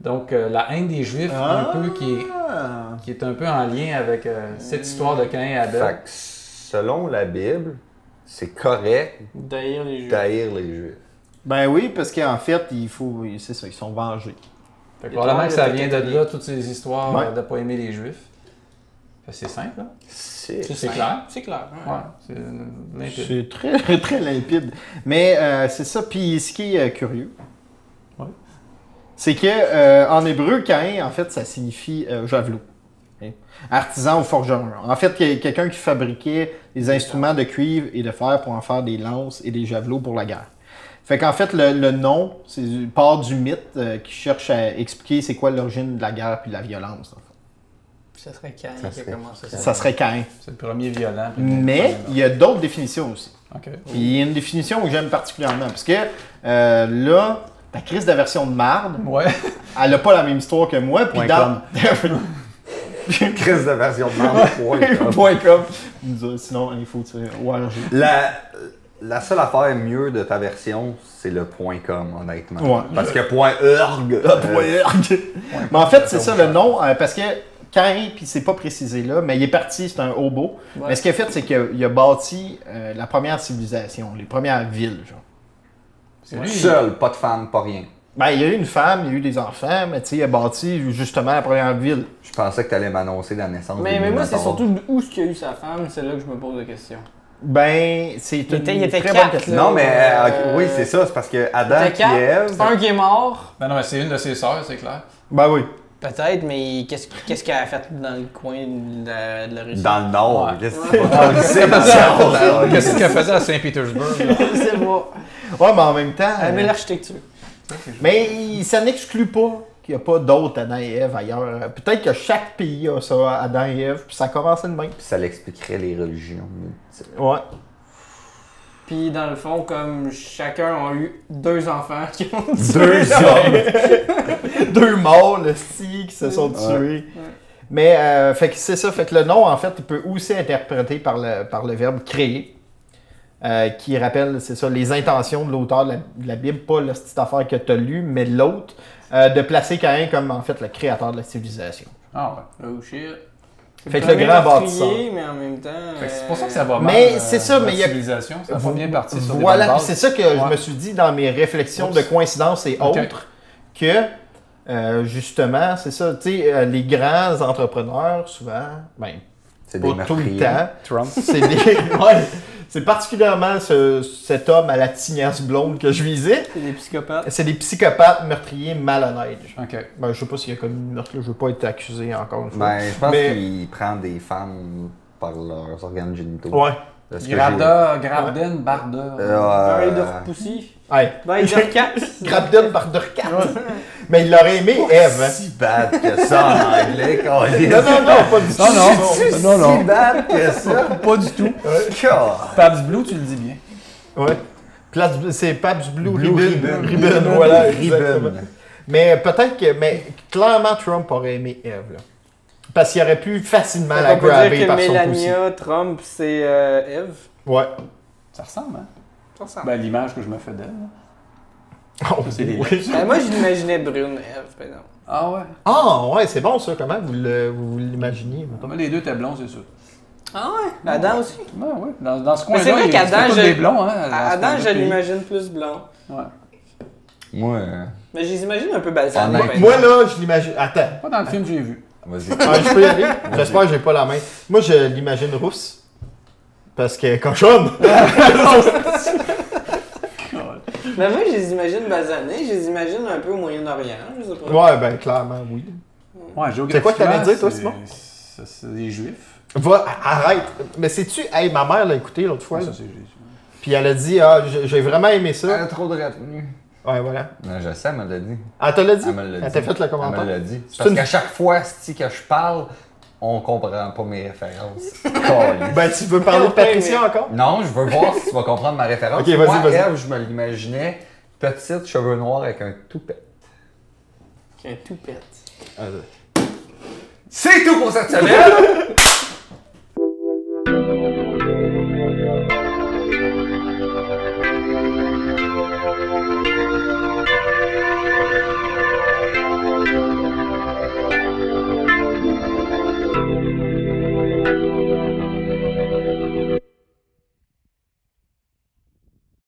[SPEAKER 3] Donc euh, la haine des Juifs, un peu qui est,
[SPEAKER 1] Ah.
[SPEAKER 3] qui est un peu en lien avec euh, cette histoire de Caïn et
[SPEAKER 5] Fait
[SPEAKER 3] Abel.
[SPEAKER 5] que selon la Bible, c'est correct
[SPEAKER 4] D'ailleurs, les jeux.
[SPEAKER 5] d'haïr les Juifs.
[SPEAKER 1] Ben oui, parce qu'en fait, il faut. C'est ça, ils sont vengés.
[SPEAKER 3] Fait que probablement que ça vient de
[SPEAKER 4] Catholique.
[SPEAKER 3] là toutes ces histoires
[SPEAKER 1] Ouais.
[SPEAKER 3] euh, de ne pas aimer les Juifs. Fait que C'est simple, là.
[SPEAKER 1] C'est
[SPEAKER 3] C'est clair.
[SPEAKER 4] C'est clair. hein.
[SPEAKER 3] Ouais, c'est euh, limpide.
[SPEAKER 1] c'est très, très limpide. Mais euh, c'est ça. Puis ce qui est euh, curieux,
[SPEAKER 3] Ouais.
[SPEAKER 1] c'est que euh, en hébreu, Caïn, en fait, ça signifie euh, javelot. Ok. Artisan ou forgeron. En fait, que- quelqu'un qui fabriquait des instruments de cuivre et de fer pour en faire des lances et des javelots pour la guerre. Fait qu'en fait, le, le nom, c'est du- part du mythe euh, qui cherche à expliquer c'est quoi l'origine de la guerre puis de la violence. en fait.
[SPEAKER 4] Ça serait Cain qui a
[SPEAKER 5] serait-
[SPEAKER 4] commencé ça.
[SPEAKER 1] Ça serait Caïn.
[SPEAKER 3] C'est le premier violent. puis le
[SPEAKER 1] Mais
[SPEAKER 3] premier
[SPEAKER 1] il y a d'autres définitions aussi.
[SPEAKER 3] mort. OK.
[SPEAKER 1] Puis il y a une définition que j'aime particulièrement, parce que euh, là, ta crise de la version de marde,
[SPEAKER 3] Ouais.
[SPEAKER 1] elle a pas la même histoire que moi, puis
[SPEAKER 3] Point
[SPEAKER 1] dans...
[SPEAKER 2] Crise de version de merde, point.
[SPEAKER 1] Point com. Nous autres, Sinon, info, tu sais, ORG.
[SPEAKER 2] La, la seule affaire mieux de ta version, c'est le point .com, honnêtement.
[SPEAKER 1] Ouais.
[SPEAKER 2] Parce que point .org...
[SPEAKER 1] Ah,
[SPEAKER 2] euh,
[SPEAKER 1] point org. Mais en fait, c'est ça le nom, euh, parce que Cain, puis c'est pas précisé là, mais il est parti, c'est un hobo.
[SPEAKER 4] Ouais.
[SPEAKER 1] Mais ce qu'il a fait, c'est qu'il a, il a bâti euh, la première civilisation, les premières villes, genre.
[SPEAKER 3] C'est lui.
[SPEAKER 2] Seul, pas de femme, pas rien.
[SPEAKER 1] Ben, il y a eu une femme, il y a eu des enfants, mais tu sais, il a bâti justement la première ville.
[SPEAKER 2] Je pensais que t'allais m'annoncer la naissance
[SPEAKER 4] Mais,
[SPEAKER 2] des
[SPEAKER 4] mais moi, c'est
[SPEAKER 2] dinosaures.
[SPEAKER 4] surtout où est-ce qu'il y a eu sa femme, c'est là que je me pose la question.
[SPEAKER 1] Ben, c'est une
[SPEAKER 4] était- il était
[SPEAKER 1] très bonne
[SPEAKER 4] quatre,
[SPEAKER 1] question.
[SPEAKER 4] là.
[SPEAKER 2] Non, mais euh,
[SPEAKER 4] Euh,
[SPEAKER 2] oui, c'est ça, c'est parce que Adam
[SPEAKER 4] C'était
[SPEAKER 2] et
[SPEAKER 4] quatre,
[SPEAKER 2] Ève...
[SPEAKER 4] C'est un qui est mort,
[SPEAKER 3] Ben non, mais c'est une de ses sœurs, c'est clair.
[SPEAKER 1] Ben oui.
[SPEAKER 4] peut-être, mais qu'est-ce qu'est-ce qu'elle a fait dans le coin de la, de la Russie?
[SPEAKER 2] Dans le Nord,
[SPEAKER 3] Ouais.
[SPEAKER 2] qu'est-ce que tu vas trouver dans le Nord?
[SPEAKER 3] Qu'est-ce qu'elle faisait à Saint-Pétersbourg? là?
[SPEAKER 4] C'est moi.
[SPEAKER 1] Ouais, mais en même temps.
[SPEAKER 4] Elle aimait
[SPEAKER 1] euh,
[SPEAKER 4] l'architecture.
[SPEAKER 1] mais il- ça n'exclut pas qu'il n'y a pas d'autres Adam et Ève ailleurs. Peut-être que chaque pays a ça, Adam et Ève, puis ça commence de même.
[SPEAKER 2] Ça l'expliquerait les religions.
[SPEAKER 1] Ouais.
[SPEAKER 4] Puis dans le fond, comme chacun a eu deux enfants qui ont
[SPEAKER 2] Deux hommes!
[SPEAKER 1] Deux morts, le si, qui se sont tués. Mais euh, fait que c'est ça, fait que le nom, en fait, il peut aussi être interprété par le, par le verbe créer. euh, qui rappelle, c'est ça, les intentions de l'auteur de la, de la Bible, pas la petite affaire que tu as lue, mais l'autre, euh, de placer Caïn comme en fait le créateur de la civilisation.
[SPEAKER 3] Ah ouais.
[SPEAKER 4] Oh shit.
[SPEAKER 1] Fait que le
[SPEAKER 4] premier
[SPEAKER 1] grand
[SPEAKER 4] meurtrier,
[SPEAKER 1] bâtisseur.
[SPEAKER 4] mais en même temps.
[SPEAKER 3] Fait que c'est pour ça que ça va mal.
[SPEAKER 1] Euh,
[SPEAKER 3] euh,
[SPEAKER 1] Mais c'est ça, mais il y a-
[SPEAKER 3] La civilisation, ça va
[SPEAKER 1] Vous-
[SPEAKER 3] bien parti sur des
[SPEAKER 1] Voilà,
[SPEAKER 3] bonnes
[SPEAKER 1] puis
[SPEAKER 3] bases.
[SPEAKER 1] c'est ça que je
[SPEAKER 3] Ouais.
[SPEAKER 1] me suis dit dans mes réflexions de
[SPEAKER 3] Oups.
[SPEAKER 1] coïncidence et
[SPEAKER 3] Ok.
[SPEAKER 1] autres, que euh, justement, c'est ça, tu sais, euh, les grands entrepreneurs, souvent, ben,
[SPEAKER 2] C'est des
[SPEAKER 1] pas tout le
[SPEAKER 2] meurtriers.
[SPEAKER 1] temps,
[SPEAKER 3] Trump.
[SPEAKER 1] c'est des- ouais, c'est particulièrement ce- cet homme à la tignasse blonde que je visais,
[SPEAKER 4] C'est des psychopathes.
[SPEAKER 1] c'est des psychopathes meurtriers malhonnêtes. genre.
[SPEAKER 3] OK.
[SPEAKER 1] Ben, je sais pas s'il y a commis de meurtre, là, je veux pas être accusé encore une fois.
[SPEAKER 2] Ben, je pense
[SPEAKER 1] Mais-
[SPEAKER 2] qu'il prend des femmes par leurs organes génitaux.
[SPEAKER 1] Ouais.
[SPEAKER 2] De ce que j'ai-
[SPEAKER 3] Grada, Graden, Barda.
[SPEAKER 2] Euh,
[SPEAKER 4] Biden of Pussy.
[SPEAKER 1] Hey.
[SPEAKER 4] Biden Cat.
[SPEAKER 1] Grabden par Durkat. Mais il l'aurait aimé, Eve. hein.
[SPEAKER 2] Si bad que ça en anglais, quand il
[SPEAKER 1] Non, non, non, pas du tout.
[SPEAKER 3] Non, non.
[SPEAKER 2] C'est
[SPEAKER 3] Non, non.
[SPEAKER 2] si bad que ça.
[SPEAKER 3] Pas du tout.
[SPEAKER 2] Car.
[SPEAKER 3] Pabs Blue, tu le dis bien.
[SPEAKER 1] Ouais. Place, c'est Pabst Blue,
[SPEAKER 2] Blue
[SPEAKER 1] Ribbon.
[SPEAKER 2] Ribbon.
[SPEAKER 1] Ribbon, voilà,
[SPEAKER 2] Ribbon.
[SPEAKER 1] exactement. Mais peut-être que, mais clairement, Trump aurait aimé Eve, là. Parce qu'il aurait pu facilement la
[SPEAKER 4] On peut dire
[SPEAKER 1] grabber
[SPEAKER 4] que
[SPEAKER 1] par son pouce.
[SPEAKER 4] Melania Trump, c'est euh, Eve.
[SPEAKER 1] Ouais.
[SPEAKER 3] Ça ressemble, hein?
[SPEAKER 4] Ça ressemble.
[SPEAKER 3] Ben, l'image que je me fais d'elle. là.
[SPEAKER 1] Oh,
[SPEAKER 3] C'est des-
[SPEAKER 1] oui.
[SPEAKER 4] Ben, moi, j'imaginais Brune Eve, par exemple.
[SPEAKER 3] Ah ouais.
[SPEAKER 1] Ah, ouais, c'est bon ça. Comment vous le- vous l'imaginiez?
[SPEAKER 3] Pas mal les deux étaient blonds, c'est sûr.
[SPEAKER 4] Ah ouais? Adam aussi.
[SPEAKER 3] Ouais, ouais. Dans, dans ce coin-là,
[SPEAKER 4] c'est vrai
[SPEAKER 3] il-
[SPEAKER 4] qu'Adam,
[SPEAKER 3] c'était tous
[SPEAKER 4] je-
[SPEAKER 3] des blonds, hein? dans
[SPEAKER 1] Ah,
[SPEAKER 3] ce
[SPEAKER 4] Adam,
[SPEAKER 3] coin-là,
[SPEAKER 4] je
[SPEAKER 3] puis-
[SPEAKER 4] l'imagine plus blanc.
[SPEAKER 3] Ouais.
[SPEAKER 2] Moi, euh,
[SPEAKER 4] Mais je les imagine un peu basanés.
[SPEAKER 2] Honnête.
[SPEAKER 4] par
[SPEAKER 1] Ah, Moi,
[SPEAKER 4] exemple.
[SPEAKER 1] là, je l'imagine. Attends.
[SPEAKER 3] Pas dans le film que j'ai vu.
[SPEAKER 2] vas-y.
[SPEAKER 1] Ah, je peux y aller? J'espère que j'ai pas la main. Moi, je l'imagine rousse. Parce que cochonne!
[SPEAKER 4] Mais Ben, moi, je les imagine basanés. Je les imagine un peu au Moyen-Orient. Je sais pas.
[SPEAKER 1] Ouais, ben clairement, oui.
[SPEAKER 3] Ouais, géographiquement.
[SPEAKER 1] C'est quoi que t'allais dire, toi,
[SPEAKER 3] c'est-
[SPEAKER 1] Simon?
[SPEAKER 3] ça, C'est des juifs.
[SPEAKER 1] Va, arrête! Mais sais-tu, hey, ma mère l'a écouté l'autre fois.
[SPEAKER 3] Ouais, ça,
[SPEAKER 1] là.
[SPEAKER 3] c'est juif.
[SPEAKER 1] Puis elle a dit, ah, j'ai j'ai vraiment aimé ça.
[SPEAKER 2] Ah, trop de retenue.
[SPEAKER 1] Ouais, voilà.
[SPEAKER 2] Non, je sais, elle me l'a dit.
[SPEAKER 1] Elle te l'a dit?
[SPEAKER 2] Elle me l'a dit.
[SPEAKER 1] Elle t'a fait le
[SPEAKER 2] Elle me
[SPEAKER 1] commentaire?
[SPEAKER 2] l'a dit. C'est
[SPEAKER 1] C'est
[SPEAKER 2] Parce
[SPEAKER 1] une-
[SPEAKER 2] qu'à chaque fois, si que je parle, on comprend pas mes références. Caliste.
[SPEAKER 1] Ben, tu veux parler de Patricia encore?
[SPEAKER 2] non, je veux voir si tu vas comprendre ma référence.
[SPEAKER 1] Ok, vas-y,
[SPEAKER 2] Moi,
[SPEAKER 1] vas-y.
[SPEAKER 2] Ève, je me l'imaginais petite, cheveux noirs avec un toupet.
[SPEAKER 4] euh, Qui a un tout pète.
[SPEAKER 2] C'est tout pour cette semaine!